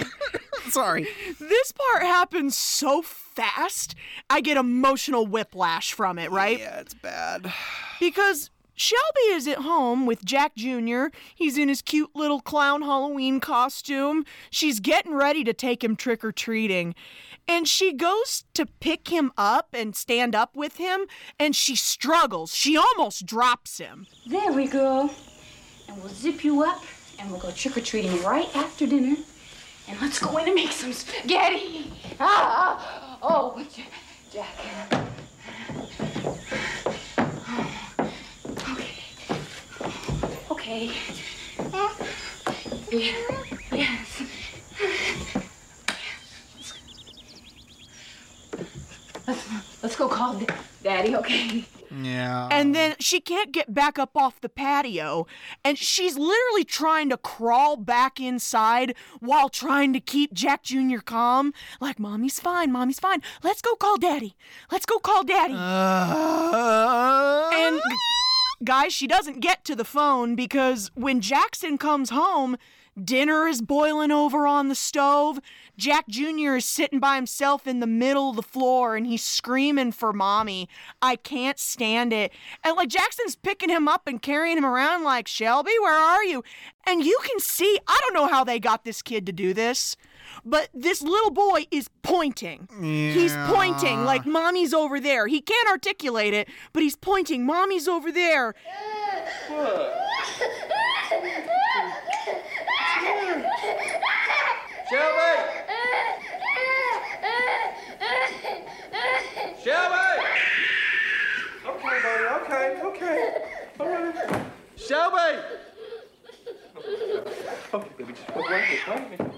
Speaker 1: sorry,
Speaker 2: this part happens so fast. I get emotional whiplash from it. Right?
Speaker 1: Yeah, it's bad.
Speaker 2: Because Shelby is at home with Jack Jr. He's in his cute little clown Halloween costume. She's getting ready to take him trick or treating. And she goes to pick him up and stand up with him, and she struggles. She almost drops him.
Speaker 16: There we go. And we'll zip you up and we'll go trick or treating right after dinner. And let's go in and make some spaghetti. Ah! Oh, J- Jack. Okay. Yeah. Yes. Let's, let's go call Da- Daddy, okay?
Speaker 1: Yeah.
Speaker 2: And then she can't get back up off the patio, and she's literally trying to crawl back inside while trying to keep Jack Jr. calm. Like, Mommy's fine, Mommy's fine. Let's go call Daddy. Let's go call Daddy.
Speaker 1: Uh,
Speaker 2: and. g- Guys, she doesn't get to the phone because when Jackson comes home, dinner is boiling over on the stove. Jack Jr. is sitting by himself in the middle of the floor and he's screaming for mommy. I can't stand it. And like Jackson's picking him up and carrying him around, like, Shelby, where are you? And you can see, I don't know how they got this kid to do this. But this little boy is pointing. He's pointing
Speaker 1: Yeah.
Speaker 2: like mommy's over there. He can't articulate it, but he's pointing, mommy's over there.
Speaker 17: Shelby!
Speaker 3: Okay, buddy, okay, okay. All right.
Speaker 17: Shelby!
Speaker 3: Okay, baby, just wait, wait, wait,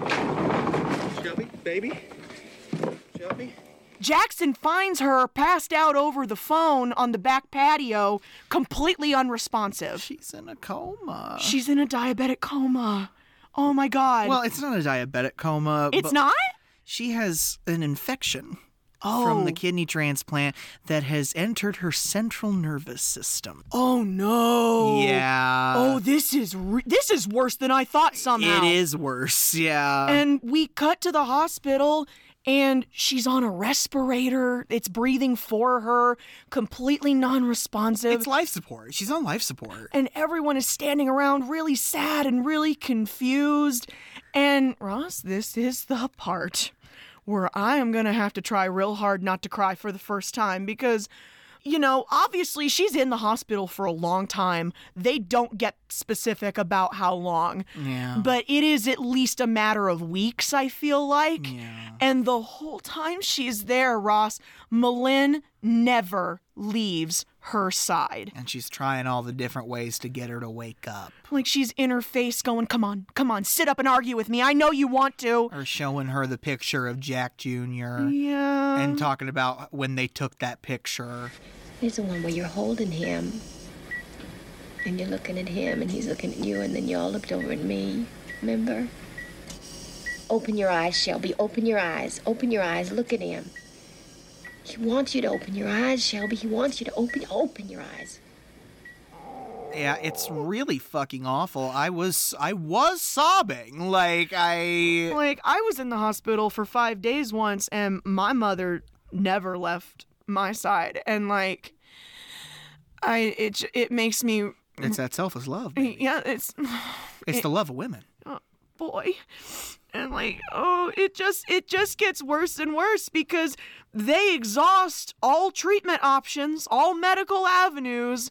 Speaker 3: wait. Shelby, baby. Shelby.
Speaker 2: Jackson finds her passed out over the phone on the back patio, completely unresponsive.
Speaker 1: She's in a coma.
Speaker 2: She's in a diabetic coma. Oh my god.
Speaker 1: Well, it's not a diabetic coma.
Speaker 2: It's
Speaker 1: but
Speaker 2: not?
Speaker 1: She has an infection from
Speaker 2: Oh.
Speaker 1: the kidney transplant that has entered her central nervous system.
Speaker 2: Oh no.
Speaker 1: Yeah.
Speaker 2: Oh, this is re- this is worse than I thought somehow.
Speaker 1: It is worse. Yeah.
Speaker 2: and we cut to the hospital and she's on a respirator. It's breathing for her, completely non-responsive.
Speaker 1: it's life support. She's on life support.
Speaker 2: and everyone is standing around really sad and really confused. And Ross, this is the part where I am going to have to try real hard not to cry for the first time because. You know, obviously she's in the hospital for a long time. They don't get specific about how long.
Speaker 1: Yeah.
Speaker 2: But it is at least a matter of weeks, I feel like. And the whole time she's there, Ross, Malin never leaves her side.
Speaker 1: And she's trying all the different ways to get her to wake up.
Speaker 2: Like she's in her face going, Come on, come on, sit up and argue with me. I know you want to.
Speaker 1: Or showing her the picture of Jack Jr.
Speaker 2: Yeah.
Speaker 1: And talking about when they took that picture.
Speaker 16: There's the one where you're holding him. And you're looking at him, and he's looking at you, and then y'all looked over at me. Remember? Open your eyes, Shelby. Open your eyes. Open your eyes. Look at him. He wants you to open your eyes, Shelby. He wants you to open open your eyes.
Speaker 1: Yeah, it's really fucking awful. I was I was sobbing. Like I
Speaker 2: Like I was in the hospital for five days once, and my mother never left my side. And like, I it j- it makes me
Speaker 1: It's that selfless love. baby.
Speaker 2: yeah it's Eh.
Speaker 1: It's the love of women.
Speaker 2: oh, boy and like oh it just it just gets worse and worse because they exhaust all treatment options all medical avenues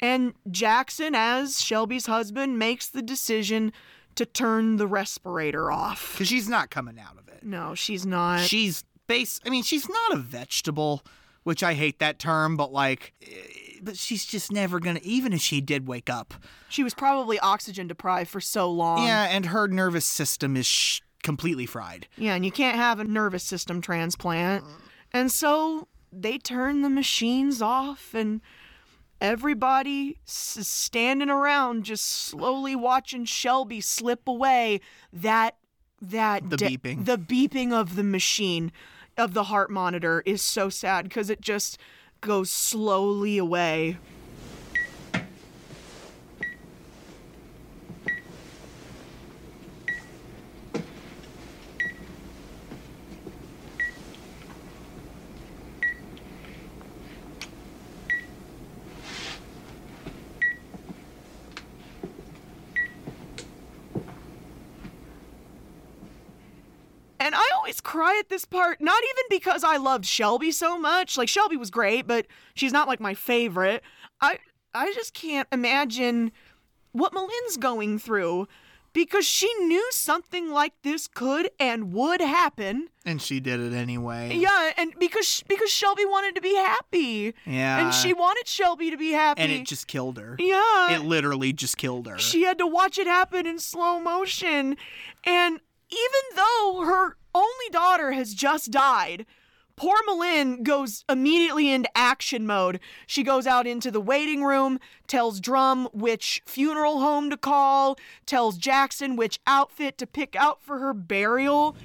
Speaker 2: and jackson as shelby's husband makes the decision to turn the respirator off because
Speaker 1: she's not coming out of it
Speaker 2: no she's not
Speaker 1: She's base I mean, she's not a vegetable, which I hate that term, but like eh, but she's just never gonna even if she did wake up.
Speaker 2: she was probably oxygen deprived for so long
Speaker 1: yeah, and her nervous system is sh- completely fried.
Speaker 2: Yeah, and you can't have a nervous system transplant. And so they turn the machines off, and everybody s- is standing around just slowly watching Shelby slip away that that
Speaker 1: The
Speaker 2: de-
Speaker 1: beeping.
Speaker 2: the beeping of the machine of the heart monitor is so sad because it just goes slowly away. And I always cry at this part, not even because I loved Shelby so much. Like Shelby was great, but she's not like my favorite. I I just can't imagine what Malin's going through because she knew something like this could and would happen.
Speaker 1: And she did it anyway.
Speaker 2: Yeah, and because because Shelby wanted to be happy.
Speaker 1: Yeah.
Speaker 2: And she wanted Shelby to be happy.
Speaker 1: And it just killed her.
Speaker 2: Yeah.
Speaker 1: It literally just killed her.
Speaker 2: She had to watch it happen in slow motion. And even though her only daughter has just died, poor Malin goes immediately into action mode. She goes out into the waiting room, tells Drum which funeral home to call, tells Jackson which outfit to pick out for her burial.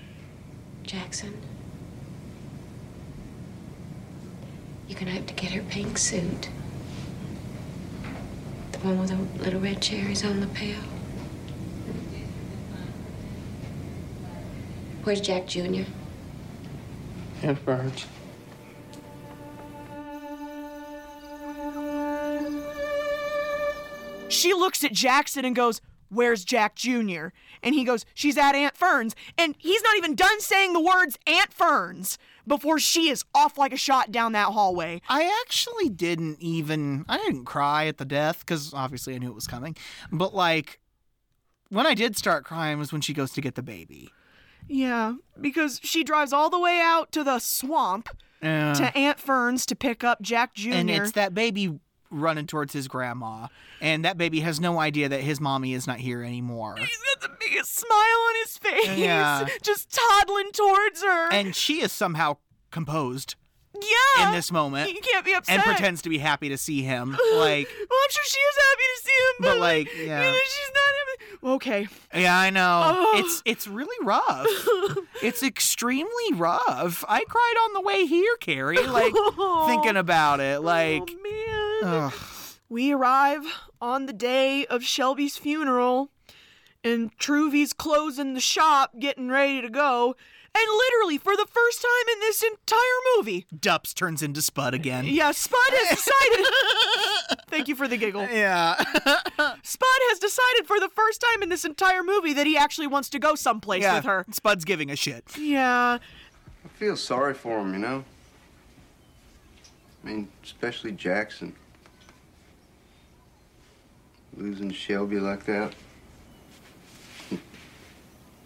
Speaker 16: Jackson. You're gonna have to get her pink suit. The one with the little red cherries on the pail. Where's Jack Jr.?
Speaker 17: Half birds.
Speaker 2: She looks at Jackson and goes, Where's Jack Jr.? And he goes, She's at Aunt Fern's. And he's not even done saying the words Aunt Fern's before she is off like a shot down that hallway.
Speaker 1: I actually didn't even I didn't cry at the death because obviously I knew it was coming. But like when I did start crying was when she goes to get the baby.
Speaker 2: Yeah, because she drives all the way out to the swamp
Speaker 1: Yeah.
Speaker 2: to Aunt Fern's to pick up Jack Jr.
Speaker 1: And it's that baby running towards his grandma. And that baby has no idea that his mommy is not here anymore.
Speaker 2: the biggest smile on his face,
Speaker 1: Yeah.
Speaker 2: just toddling towards her.
Speaker 1: And she is somehow composed
Speaker 2: yeah,
Speaker 1: in this moment.
Speaker 2: you can't be upset.
Speaker 1: And pretends to be happy to see him. Like
Speaker 2: Well, I'm sure she is happy to see him, but,
Speaker 1: But, like, yeah.
Speaker 2: you know, she's not happy. Okay.
Speaker 1: Yeah, I know.
Speaker 2: Oh.
Speaker 1: It's it's really rough. it's extremely rough. I cried on the way here, Carrie, like thinking about it. Like ugh.
Speaker 2: We arrive on the day of Shelby's funeral, and Truvy's closing the shop, getting ready to go. And literally, for the first time in this entire movie,
Speaker 1: Dups turns into Spud again.
Speaker 2: yeah, Spud has decided. Thank you for the giggle.
Speaker 1: Yeah.
Speaker 2: Spud has decided for the first time in this entire movie that he actually wants to go someplace
Speaker 1: Yeah,
Speaker 2: with her.
Speaker 1: Spud's giving a shit.
Speaker 2: Yeah.
Speaker 12: I feel sorry for him, you know? I mean, especially Jackson. Losing Shelby like that.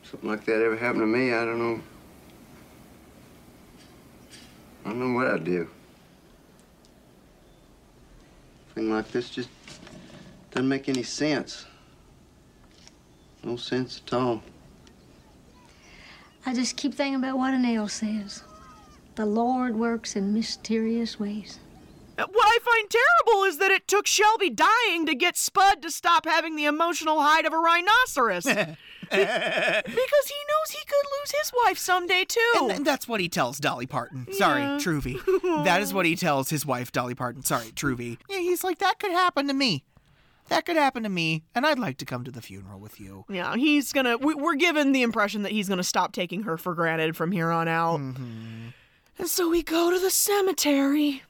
Speaker 12: Something like that ever happened to me, I don't know. I don't know what I'd do. Thing like this just doesn't make any sense. No sense at all.
Speaker 10: I just keep thinking about what a nail says. The Lord works in mysterious ways.
Speaker 2: What I find terrible is that it took Shelby dying to get Spud to stop having the emotional hide of a rhinoceros. Be- because he knows he could lose his wife someday, too.
Speaker 1: And, and that's what he tells Dolly Parton. Sorry,
Speaker 2: Oh, Yeah.
Speaker 1: Truvy. that is what he tells his wife, Dolly Parton. Sorry, Truvy. Yeah, he's like, that could happen to me. That could happen to me, and I'd like to come to the funeral with you.
Speaker 2: yeah, he's gonna. We, we're given the impression that he's gonna stop taking her for granted from here on out.
Speaker 1: Mm-hmm.
Speaker 2: And so we go to the cemetery,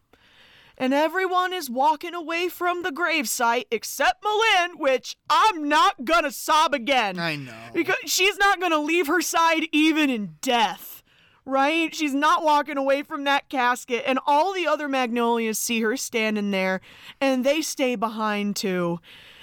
Speaker 2: and everyone is walking away from the gravesite except Malin, which I'm not gonna sob again. I
Speaker 1: know.
Speaker 2: Because she's not gonna leave her side even in death, right? She's not walking away from that casket, and all the other magnolias see her standing there, and they stay behind too.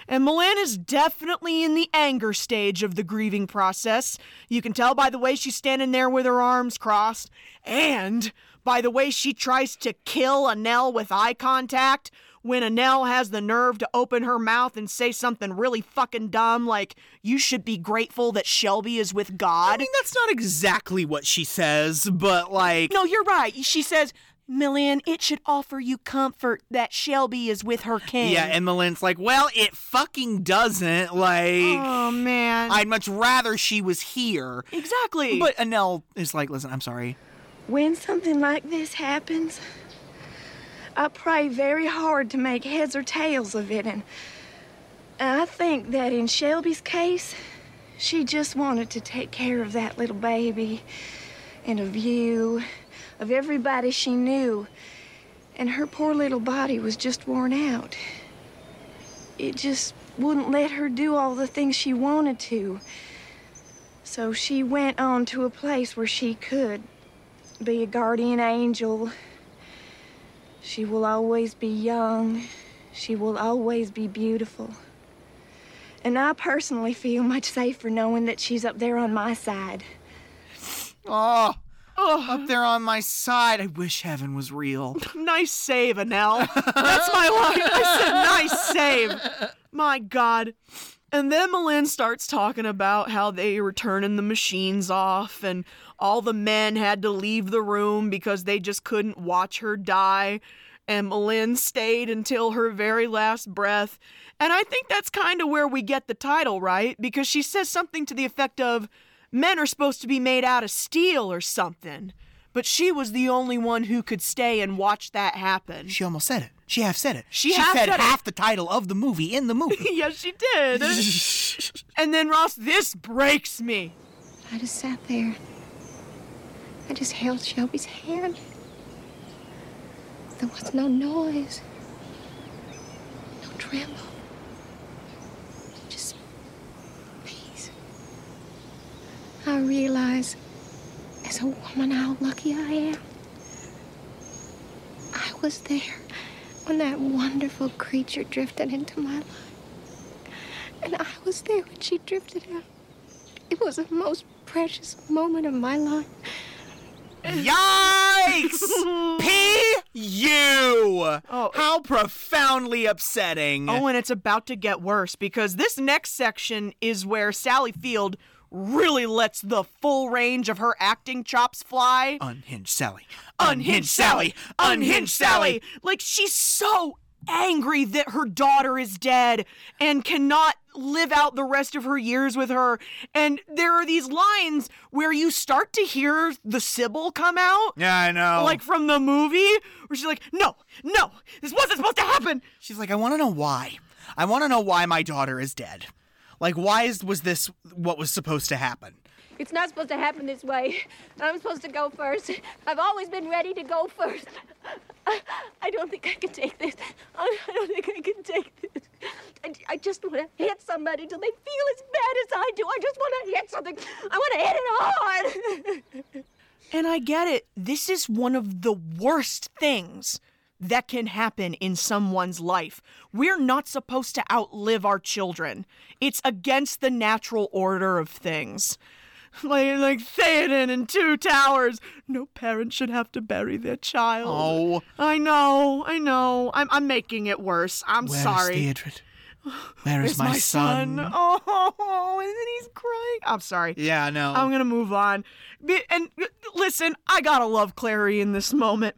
Speaker 2: And Milan is definitely in the anger stage of the grieving process. You can tell by the way she's standing there with her arms crossed, and by the way she tries to kill Annelle with eye contact when Annelle has the nerve to open her mouth and say something really fucking dumb like, You should be grateful that Shelby is with God. I mean,
Speaker 1: that's not exactly what she says, but like.
Speaker 2: No, you're right. She says, Million, it should offer you comfort that Shelby is with her king.
Speaker 1: Yeah, and Malin's like, well, it fucking doesn't. Like,
Speaker 2: oh man,
Speaker 1: I'd much rather she was here.
Speaker 2: Exactly.
Speaker 1: But Anel is like, listen, I'm sorry.
Speaker 8: When something like this happens, I pray very hard to make heads or tails of it, and I think that in Shelby's case, she just wanted to take care of that little baby, and of you, of everybody she knew, and her poor little body was just worn out. It just wouldn't let her do all the things she wanted to. So she went on to a place where she could be a guardian angel. She will always be young. She will always be beautiful. And I personally feel much safer knowing that she's up there on my side.
Speaker 1: Oh, up there on my side. I wish heaven was real.
Speaker 2: nice save, Anel. That's my line. I said, nice save. My God. And then Malin starts talking about how they were turning the machines off and all the men had to leave the room because they just couldn't watch her die. And Malin stayed until her very last breath. And I think that's kind of where we get the title, right? Because she says something to the effect of, Men are supposed to be made out of steel or something. But she was the only one who could stay and watch that happen.
Speaker 1: She almost said it. She half said it.
Speaker 2: She half
Speaker 1: said
Speaker 2: said it.
Speaker 1: half the title of the movie in the movie.
Speaker 2: yes, she did. and then Ross, this breaks me.
Speaker 5: I just sat there. I just held Shelby's hand. There was no noise, no tremble, just peace. I realize, as a woman, how lucky I am. I was there when that wonderful creature drifted into my life. And I was there when she drifted out. It was the most precious moment of my life.
Speaker 1: Yikes! P you. How profoundly upsetting.
Speaker 2: Oh, and it's about to get worse because this next section is where Sally Field really lets the full range of her acting chops fly.
Speaker 1: Unhinged Sally.
Speaker 2: Unhinged Sally! Unhinged Sally! Like, she's so angry that her daughter is dead and cannot live out the rest of her years with her. And there are these lines where you start to hear the Sybil come out.
Speaker 1: Yeah, I know.
Speaker 2: Like from the movie, where she's like, no, no, this wasn't supposed to happen.
Speaker 1: She's like, I want to know why. I want to know why my daughter is dead. Like, why is, was this what was supposed to happen?
Speaker 13: It's not supposed to happen this way. I'm supposed to go first. I've always been ready to go first. I, I don't think I can take this. I, I don't think I can take this. I, I just want to hit somebody till they feel as bad as I do. I just want to hit something. I want to hit it hard.
Speaker 2: And I get it. This is one of the worst things that can happen in someone's life. We're not supposed to outlive our children. It's against the natural order of things. Like, like Theoden in Two Towers. No parent should have to bury their child.
Speaker 1: Oh.
Speaker 2: I know, I know. I'm, I'm making it worse. I'm
Speaker 1: Where is
Speaker 2: sorry.
Speaker 1: Theodred? Where is
Speaker 2: Where's
Speaker 1: my, son?
Speaker 2: Oh, and then he's crying. I'm sorry.
Speaker 1: Yeah, I know.
Speaker 2: I'm gonna move on. Be- And uh, listen, I gotta love Clary in this moment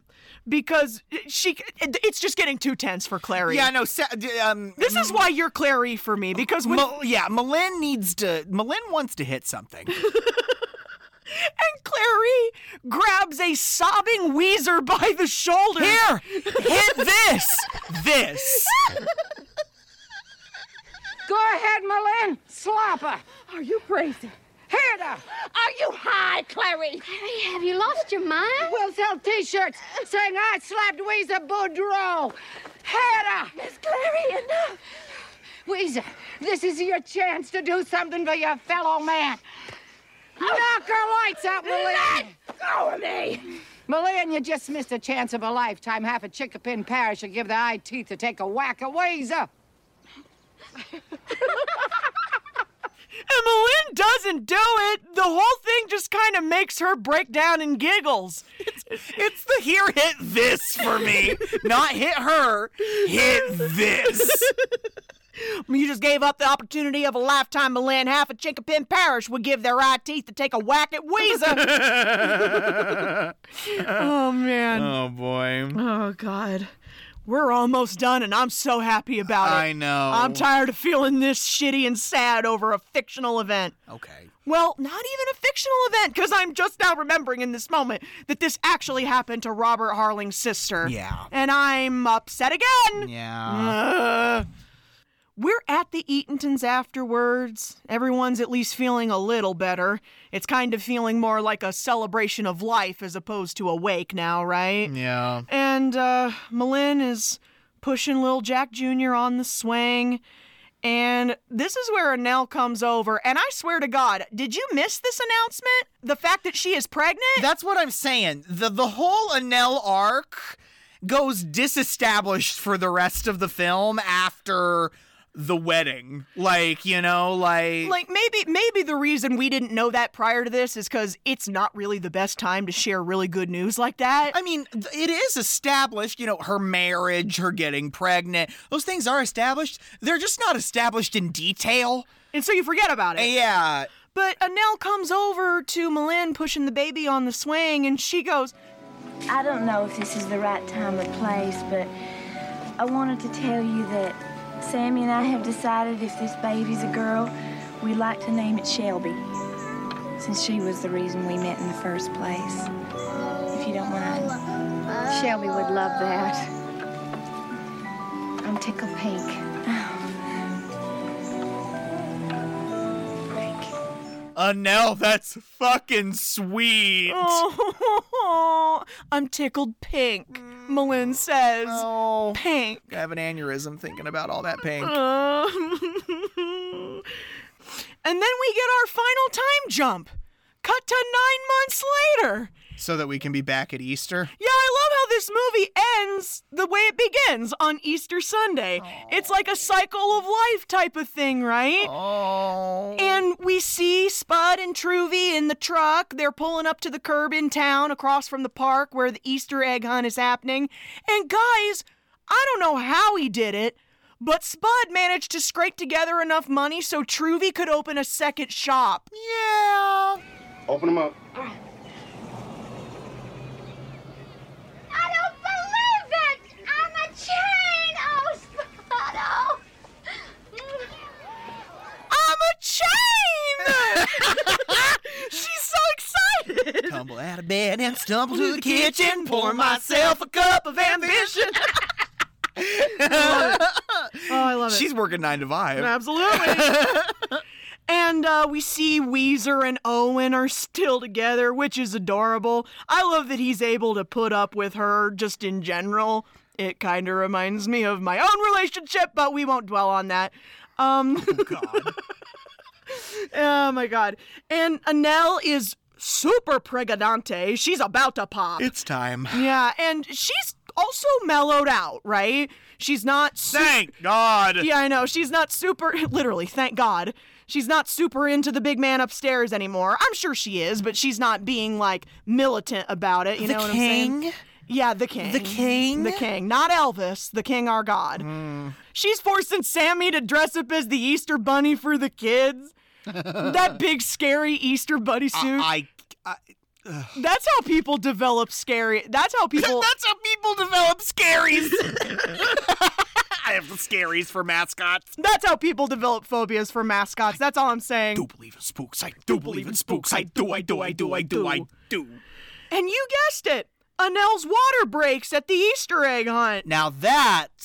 Speaker 2: because she. it- It's just getting too tense for Clary.
Speaker 1: Yeah, no. Sa- d- um,
Speaker 2: This is why you're Clary for me because when
Speaker 1: Mal- yeah, Malin needs to. Malin wants to hit something.
Speaker 2: and Clary grabs a sobbing Weezer by the shoulder.
Speaker 1: Here, hit this, this.
Speaker 6: Go ahead, Malin. Slap her. Are you crazy? Hit her. Are you high, Clary? Clary, have you lost your mind? We'll sell t-shirts saying I slapped Weezer Boudreau. Hit her. Miss Clary, enough. Weezer, this is your chance to do something for your fellow man. Knock her lights out, Malin. Let go of me. Malin, you just missed a chance of a lifetime. Half a Chickapin parish will give their eye teeth to take a whack of Weezer.
Speaker 2: And Malin doesn't do it. The whole thing just kind of makes her break down and giggles. It's,
Speaker 1: it's the here hit this for me, not hit her. Hit this.
Speaker 2: You just gave up the opportunity of a lifetime, Milan. Half of Chinkapin Parish would give their eye teeth to take a whack at Weezer. oh, man.
Speaker 1: Oh boy.
Speaker 2: Oh God. We're almost done and I'm so happy about it.
Speaker 1: I know.
Speaker 2: I'm tired of feeling this shitty and sad over a fictional event.
Speaker 1: Okay.
Speaker 2: Well, not even a fictional event, because I'm just now remembering in this moment that this actually happened to Robert Harling's sister.
Speaker 1: Yeah.
Speaker 2: And I'm upset again.
Speaker 1: Yeah.
Speaker 2: Uh, we're at the Eatentons afterwards. Everyone's at least feeling a little better. It's kind of feeling more like a celebration of life as opposed to a wake now, right?
Speaker 1: Yeah.
Speaker 2: And uh, Malin is pushing little Jack Jr. on the swing. And this is where Annelle comes over. And I swear to God, did you miss this announcement? The fact that she is pregnant?
Speaker 1: That's what I'm saying. The the whole Anel arc goes disestablished for the rest of the film after the wedding. Like, you know, like
Speaker 2: Like maybe maybe the reason we didn't know that prior to this is because it's not really the best time to share really good news like that.
Speaker 1: I mean, th- it is established, you know, her marriage, her getting pregnant. Those things are established. They're just not established in detail.
Speaker 2: And so you forget about it.
Speaker 1: Yeah.
Speaker 2: But Annelle comes over to Malin pushing the baby on the swing and she goes,
Speaker 18: I don't know if this is the right time or place, but I wanted to tell you that Sammy and I have decided if this baby's a girl, we'd like to name it Shelby, since she was the reason we met in the first place. If you don't mind, Shelby would love that. I'm tickled pink.
Speaker 1: Anel, that's fucking sweet.
Speaker 2: Oh, I'm tickled pink, Malin says.
Speaker 1: Oh.
Speaker 2: Pink.
Speaker 1: I have an aneurysm thinking about all that pain.
Speaker 2: Um, and then we get our final time jump. Cut to nine months later.
Speaker 1: So that we can be back at Easter.
Speaker 2: Yeah, I love how this movie ends the way it begins on Easter Sunday. It's like a cycle of life type of thing, right?
Speaker 1: Oh.
Speaker 2: And we see Spud and Truvy in the truck. They're pulling up to the curb in town across from the park where the Easter egg hunt is happening. And guys, I don't know how he did it, but Spud managed to scrape together enough money so Truvy could open a second shop.
Speaker 1: Yeah.
Speaker 19: Open them up.
Speaker 13: I don't believe it! I'm a chain! Oh, Spotto!
Speaker 2: I'm a chain! She's so excited!
Speaker 1: Tumble out of bed and stumble to the kitchen, pour myself a cup of ambition.
Speaker 2: Oh, I love it.
Speaker 1: She's working nine to five.
Speaker 2: Absolutely. and uh, we see Weezer and Owen are still together, which is adorable. I love that he's able to put up with her just in general. It kind of reminds me of my own relationship, but we won't dwell on that. Um, oh,
Speaker 1: God.
Speaker 2: oh, my God. And Annelle is super pregnante. She's about to pop.
Speaker 1: It's time.
Speaker 2: Yeah, and she's also mellowed out, right? She's not. Su-
Speaker 1: Thank God.
Speaker 2: Yeah, I know. She's not super. Literally, thank God. She's not super into the big man upstairs anymore. I'm sure she is, but she's not being like militant about it. You
Speaker 1: The
Speaker 2: know what I'm
Speaker 1: king?
Speaker 2: saying? Yeah, the king. The king? The king. Not Elvis, the king, our God.
Speaker 1: Hmm.
Speaker 2: She's forcing Sammy to dress up as the Easter bunny for the kids. that big, scary Easter bunny suit.
Speaker 1: I.
Speaker 2: that's how people develop scary. That's how people.
Speaker 1: That's how people develop scaries. I have the scaries for mascots.
Speaker 2: That's how people develop phobias for mascots. That's all I'm saying.
Speaker 1: Do believe in spooks. I do believe in spooks. I do. I do. I do. I do. I do.
Speaker 2: And you guessed it. Annelle's water breaks at the Easter egg hunt.
Speaker 1: Now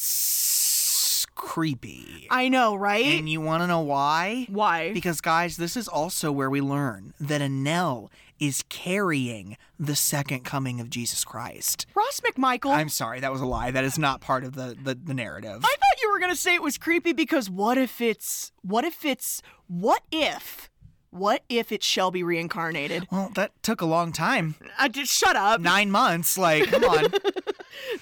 Speaker 1: that's creepy.
Speaker 2: I know, right?
Speaker 1: And you want to know why?
Speaker 2: Why?
Speaker 1: Because, guys, this is also where we learn that Anel is carrying the second coming of Jesus Christ.
Speaker 2: Ross McMichael.
Speaker 1: I'm sorry, that was a lie. That is not part of the, the, the narrative.
Speaker 2: I thought you were gonna say it was creepy because what if it's what if it's what if what if it's Shelby reincarnated?
Speaker 1: Well, that took a long time.
Speaker 2: I just shut up.
Speaker 1: Nine months, like, come on.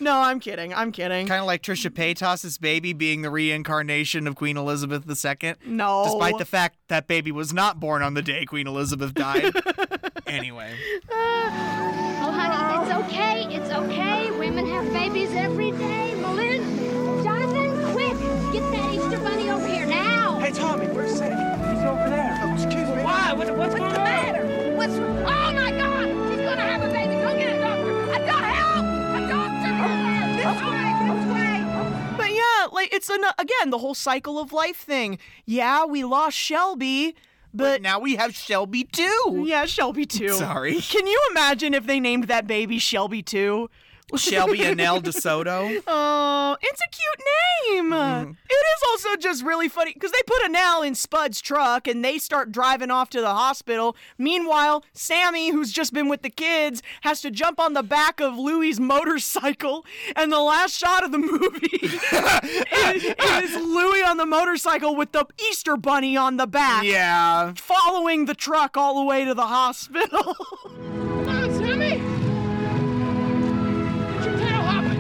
Speaker 2: No, I'm kidding. I'm kidding.
Speaker 1: kind of like Trisha Paytas's baby being the reincarnation of Queen Elizabeth II.
Speaker 2: No.
Speaker 1: Despite the fact that baby was not born on the day Queen Elizabeth died. anyway.
Speaker 13: Oh, honey, it's okay. It's okay. Women have babies every day. Malin, Jonathan, quick! Get that Easter bunny over here.
Speaker 3: Hey, Tommy, where's Sadie? He's over there. Oh, excuse me. Why? What, what's going on?
Speaker 13: matter? What's Oh my God! She's gonna have a baby. Go get a doctor. A doctor. Help! A doctor. This way. This way.
Speaker 2: But yeah, like it's an, again the whole cycle of life thing. Yeah, we lost Shelby, but,
Speaker 1: now we have Shelby too.
Speaker 2: Yeah, Shelby too.
Speaker 1: Sorry.
Speaker 2: Can you imagine if they named that baby Shelby too?
Speaker 1: Shelby Anel DeSoto.
Speaker 2: Oh, it's a cute name.
Speaker 1: Mm-hmm.
Speaker 2: It is also just really funny because they put Anel in Spud's truck and they start driving off to the hospital. Meanwhile, Sammy, who's just been with the kids, has to jump on the back of Louie's motorcycle. And the last shot of the movie is, is Louie on the motorcycle with the Easter bunny on the back.
Speaker 1: Yeah.
Speaker 2: Following the truck all the way to the hospital.
Speaker 13: Come on, Sammy. Get your tail hopping.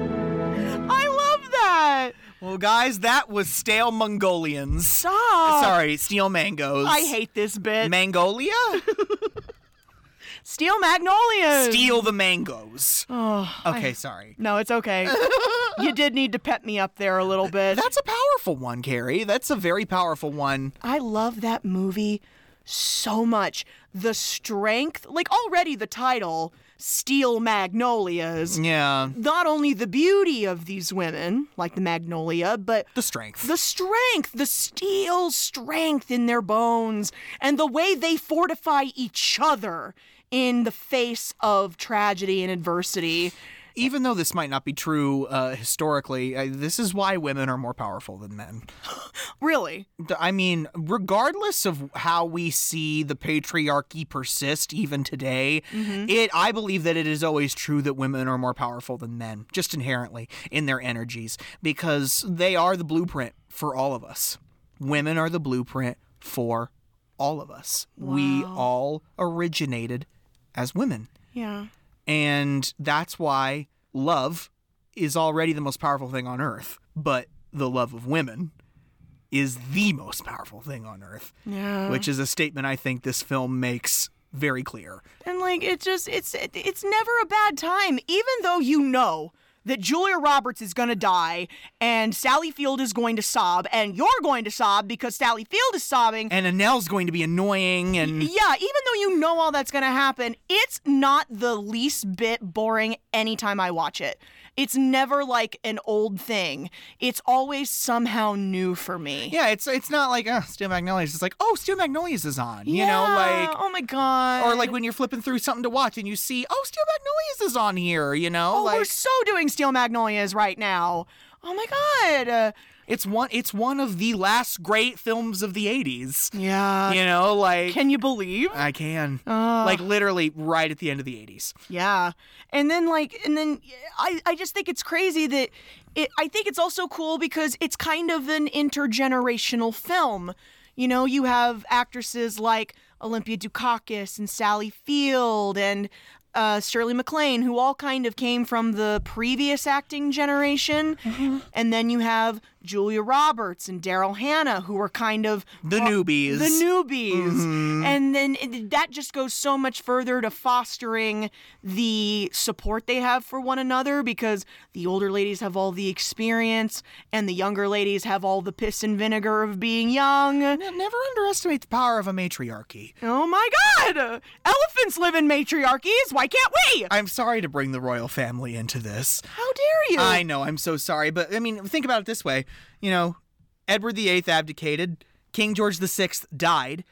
Speaker 2: I love that.
Speaker 1: Well, guys, that was Stale Mongolians.
Speaker 2: Stop.
Speaker 1: Sorry, Steel Mangoes.
Speaker 2: Oh. I hate this bit.
Speaker 1: Mangolia?
Speaker 2: Steel magnolias.
Speaker 1: Steal the mangoes.
Speaker 2: Oh,
Speaker 1: Okay,
Speaker 2: I-
Speaker 1: sorry.
Speaker 2: No, it's okay. you did need to pep me up there a little bit.
Speaker 1: That's a powerful one, Carrie. That's a very powerful one.
Speaker 2: I love that movie so much. The strength, like already the title, Steel Magnolias.
Speaker 1: Yeah.
Speaker 2: Not only the beauty of these women, like the magnolia, but
Speaker 1: the strength.
Speaker 2: The strength, the steel strength in their bones, and the way they fortify each other in the face of tragedy and adversity.
Speaker 1: Even though this might not be true uh, historically, uh, this is why women are more powerful than men.
Speaker 2: Really?
Speaker 1: D- I mean, regardless of how we see the patriarchy persist even today,
Speaker 2: Mhm.
Speaker 1: it I believe that it is always true that women are more powerful than men, just inherently in their energies, because they are the blueprint for all of us. Women are the blueprint for all of us. We all originated as women.
Speaker 2: Yeah.
Speaker 1: And that's why love is already the most powerful thing on earth. But the love of women is the most powerful thing on earth,
Speaker 2: Yeah.
Speaker 1: which is a statement I think this film makes very clear.
Speaker 2: And like it just it's it- it's never a bad time even though you know that Julia Roberts is going to die and Sally Field is going to sob and you're going to sob because Sally Field is sobbing.
Speaker 1: And Annelle's going to be annoying and.
Speaker 2: yeah, even though you know all that's going to happen, it's not the least bit boring anytime I watch it. It's never like an old thing. It's always somehow new for me.
Speaker 1: Yeah, it's it's not like oh, Steel Magnolias. It's like oh, Steel Magnolias is on. You know,
Speaker 2: Yeah,
Speaker 1: like
Speaker 2: oh my god.
Speaker 1: or like when you're flipping through something to watch and you see oh, Steel Magnolias is on here. You know,
Speaker 2: Oh, we're
Speaker 1: like
Speaker 2: so doing Steel Magnolias right now. Oh my god. Uh,
Speaker 1: it's one it's one of the last great films of the '80s.
Speaker 2: Yeah.
Speaker 1: you know, like
Speaker 2: Can you believe?
Speaker 1: I can.
Speaker 2: Ah.
Speaker 1: Like literally right at the end of the 80s.
Speaker 2: Yeah. And then like and then I I just think it's crazy that it I think it's also cool because it's kind of an intergenerational film. You know, you have actresses like Olympia Dukakis and Sally Field and uh, Shirley MacLaine, who all kind of came from the previous acting generation, and then you have Julia Roberts and Daryl Hannah, who were kind of
Speaker 1: Ah, The newbies.
Speaker 2: the newbies,
Speaker 1: Mhm.
Speaker 2: and then it- that just goes so much further to fostering the support they have for one another because the older ladies have all the experience and the younger ladies have all the piss and vinegar of being young.
Speaker 1: never underestimate the power of a matriarchy.
Speaker 2: Oh my God! Elephants live in matriarchies. Why can't we?
Speaker 1: I'm sorry to bring the royal family into this.
Speaker 2: How dare you?
Speaker 1: I know, I'm so sorry, but I mean, think about it this way. You know, Edward VIII abdicated, King George VI died.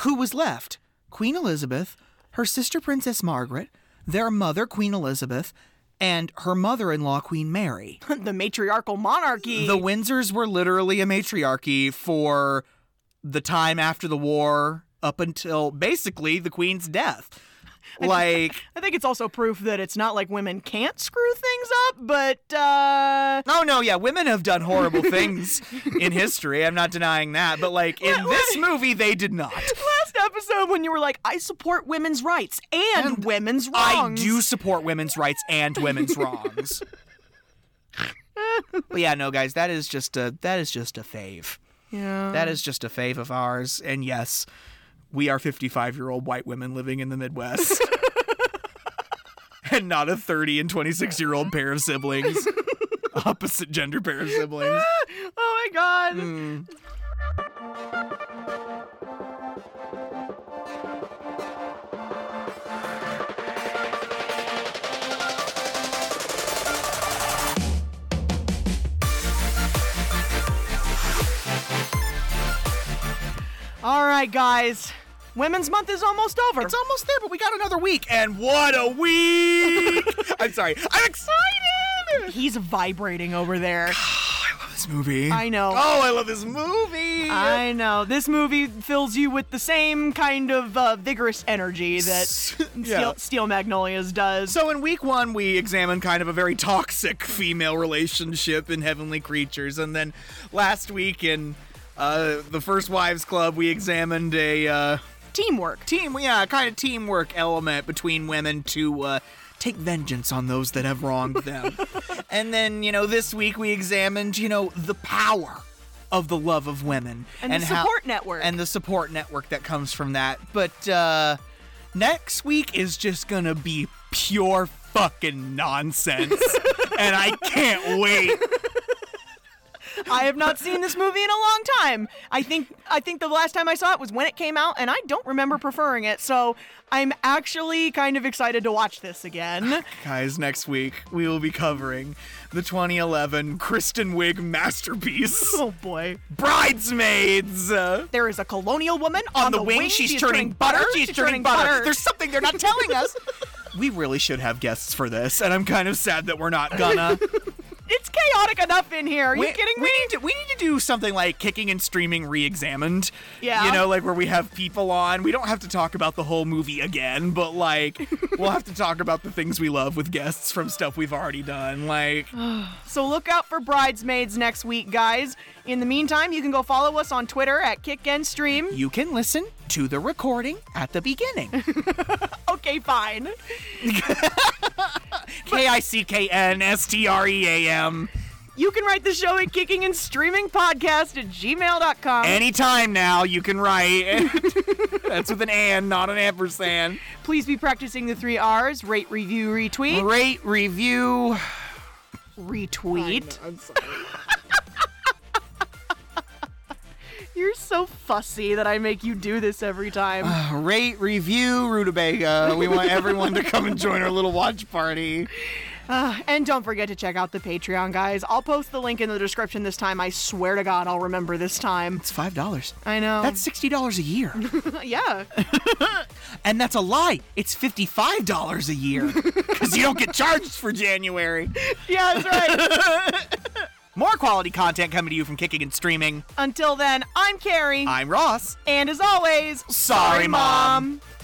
Speaker 1: Who was left? Queen Elizabeth, her sister Princess Margaret, their mother Queen Elizabeth, and her mother-in-law Queen Mary.
Speaker 2: the matriarchal monarchy.
Speaker 1: The Windsors were literally a matriarchy for the time after the war up until basically the Queen's death. Like,
Speaker 2: I think it's also proof that it's not like women can't screw things up, but uh
Speaker 1: oh no, yeah, women have done horrible things in history. I'm not denying that. But, like, in this movie, they did not.
Speaker 2: last episode when you were like, I support women's rights and, women's
Speaker 1: I
Speaker 2: wrongs.
Speaker 1: do support women's rights and women's wrongs. but yeah, no, guys, that is just a that is just a fave.
Speaker 2: Yeah.
Speaker 1: That is just a fave of ours. And yes, we are 55 year old white women living in the Midwest. and not a 30 and 26 year old pair of siblings. Opposite gender pair of siblings.
Speaker 2: oh my god.
Speaker 1: Hmm.
Speaker 2: All right, guys. Women's Month is almost over. It's
Speaker 1: almost there, but we got another week. And what a week! I'm sorry. I'm excited.
Speaker 2: He's vibrating over there.
Speaker 1: This movie.
Speaker 2: I know.
Speaker 1: Oh, I love this movie.
Speaker 2: I know. This movie fills you with the same kind of uh, vigorous energy that Steel, Steel Magnolias does.
Speaker 1: So in week one, we examine kind of a very toxic female relationship in Heavenly Creatures, and then last week in uh, the First Wives Club, we examined a uh,
Speaker 2: teamwork
Speaker 1: team, yeah, kind of teamwork element between women to. Uh, Take vengeance on those that have wronged them. and then, you know, this week we examined, you know, the power of the love of women
Speaker 2: And the
Speaker 1: how-
Speaker 2: support network.
Speaker 1: and the support network that comes from that. But uh next week is just going to be pure fucking nonsense. and I can't wait.
Speaker 2: I have not seen this movie in a long time. I think I think the last time I saw it was when it came out, and I don't remember preferring it. So I'm actually kind of excited to watch this again.
Speaker 1: Guys, next week we will be covering the 2011 Kristen Wiig masterpiece.
Speaker 2: Oh boy.
Speaker 1: Bridesmaids. Uh,
Speaker 2: There is a colonial woman on,
Speaker 1: the wing, she's turning butter, she's turning butter. There's something they're not telling us. we really should have guests for this, and I'm kind of sad that we're not gonna.
Speaker 2: it's chaotic enough in here. Are
Speaker 1: we,
Speaker 2: you kidding me?
Speaker 1: we need to we need to do something like kicking and streaming re-examined.
Speaker 2: Yeah.
Speaker 1: You know, like where we have people on. We don't have to talk about the whole movie again, but like we'll have to talk about the things we love with guests from stuff we've already done. Like
Speaker 2: Uh. So look out for bridesmaids next week, guys. In the meantime, you can go follow us on Twitter at Kick and Stream.
Speaker 1: you can listen to the recording at the beginning.
Speaker 2: Okay, fine.
Speaker 1: K I C K N S T R E A M.
Speaker 2: You can write the show at kicking and streaming podcast at gmail.com.
Speaker 1: Anytime now you can write. That's with an and, not an ampersand.
Speaker 2: Please be practicing the three R's rate, review, retweet.
Speaker 1: Rate, review,
Speaker 2: retweet. You're so fussy that I make you do this every time.
Speaker 1: rate, review, rutabaga. We want everyone to come and join our little watch party.
Speaker 2: Ah, and don't forget to check out the Patreon, guys. I'll post the link in the description this time. I swear to God, I'll remember this time.
Speaker 1: It's five dollars.
Speaker 2: I know.
Speaker 1: That's sixty dollars a year,
Speaker 2: yeah.
Speaker 1: and that's a lie. It's fifty-five dollars a year because you don't get charged for January.
Speaker 2: Yeah, that's right.
Speaker 1: More quality content coming to you from Kicking and Streaming.
Speaker 2: Until then, I'm Carrie.
Speaker 1: I'm Ross.
Speaker 2: and as always,
Speaker 1: Sorry, Mom.
Speaker 2: Mom.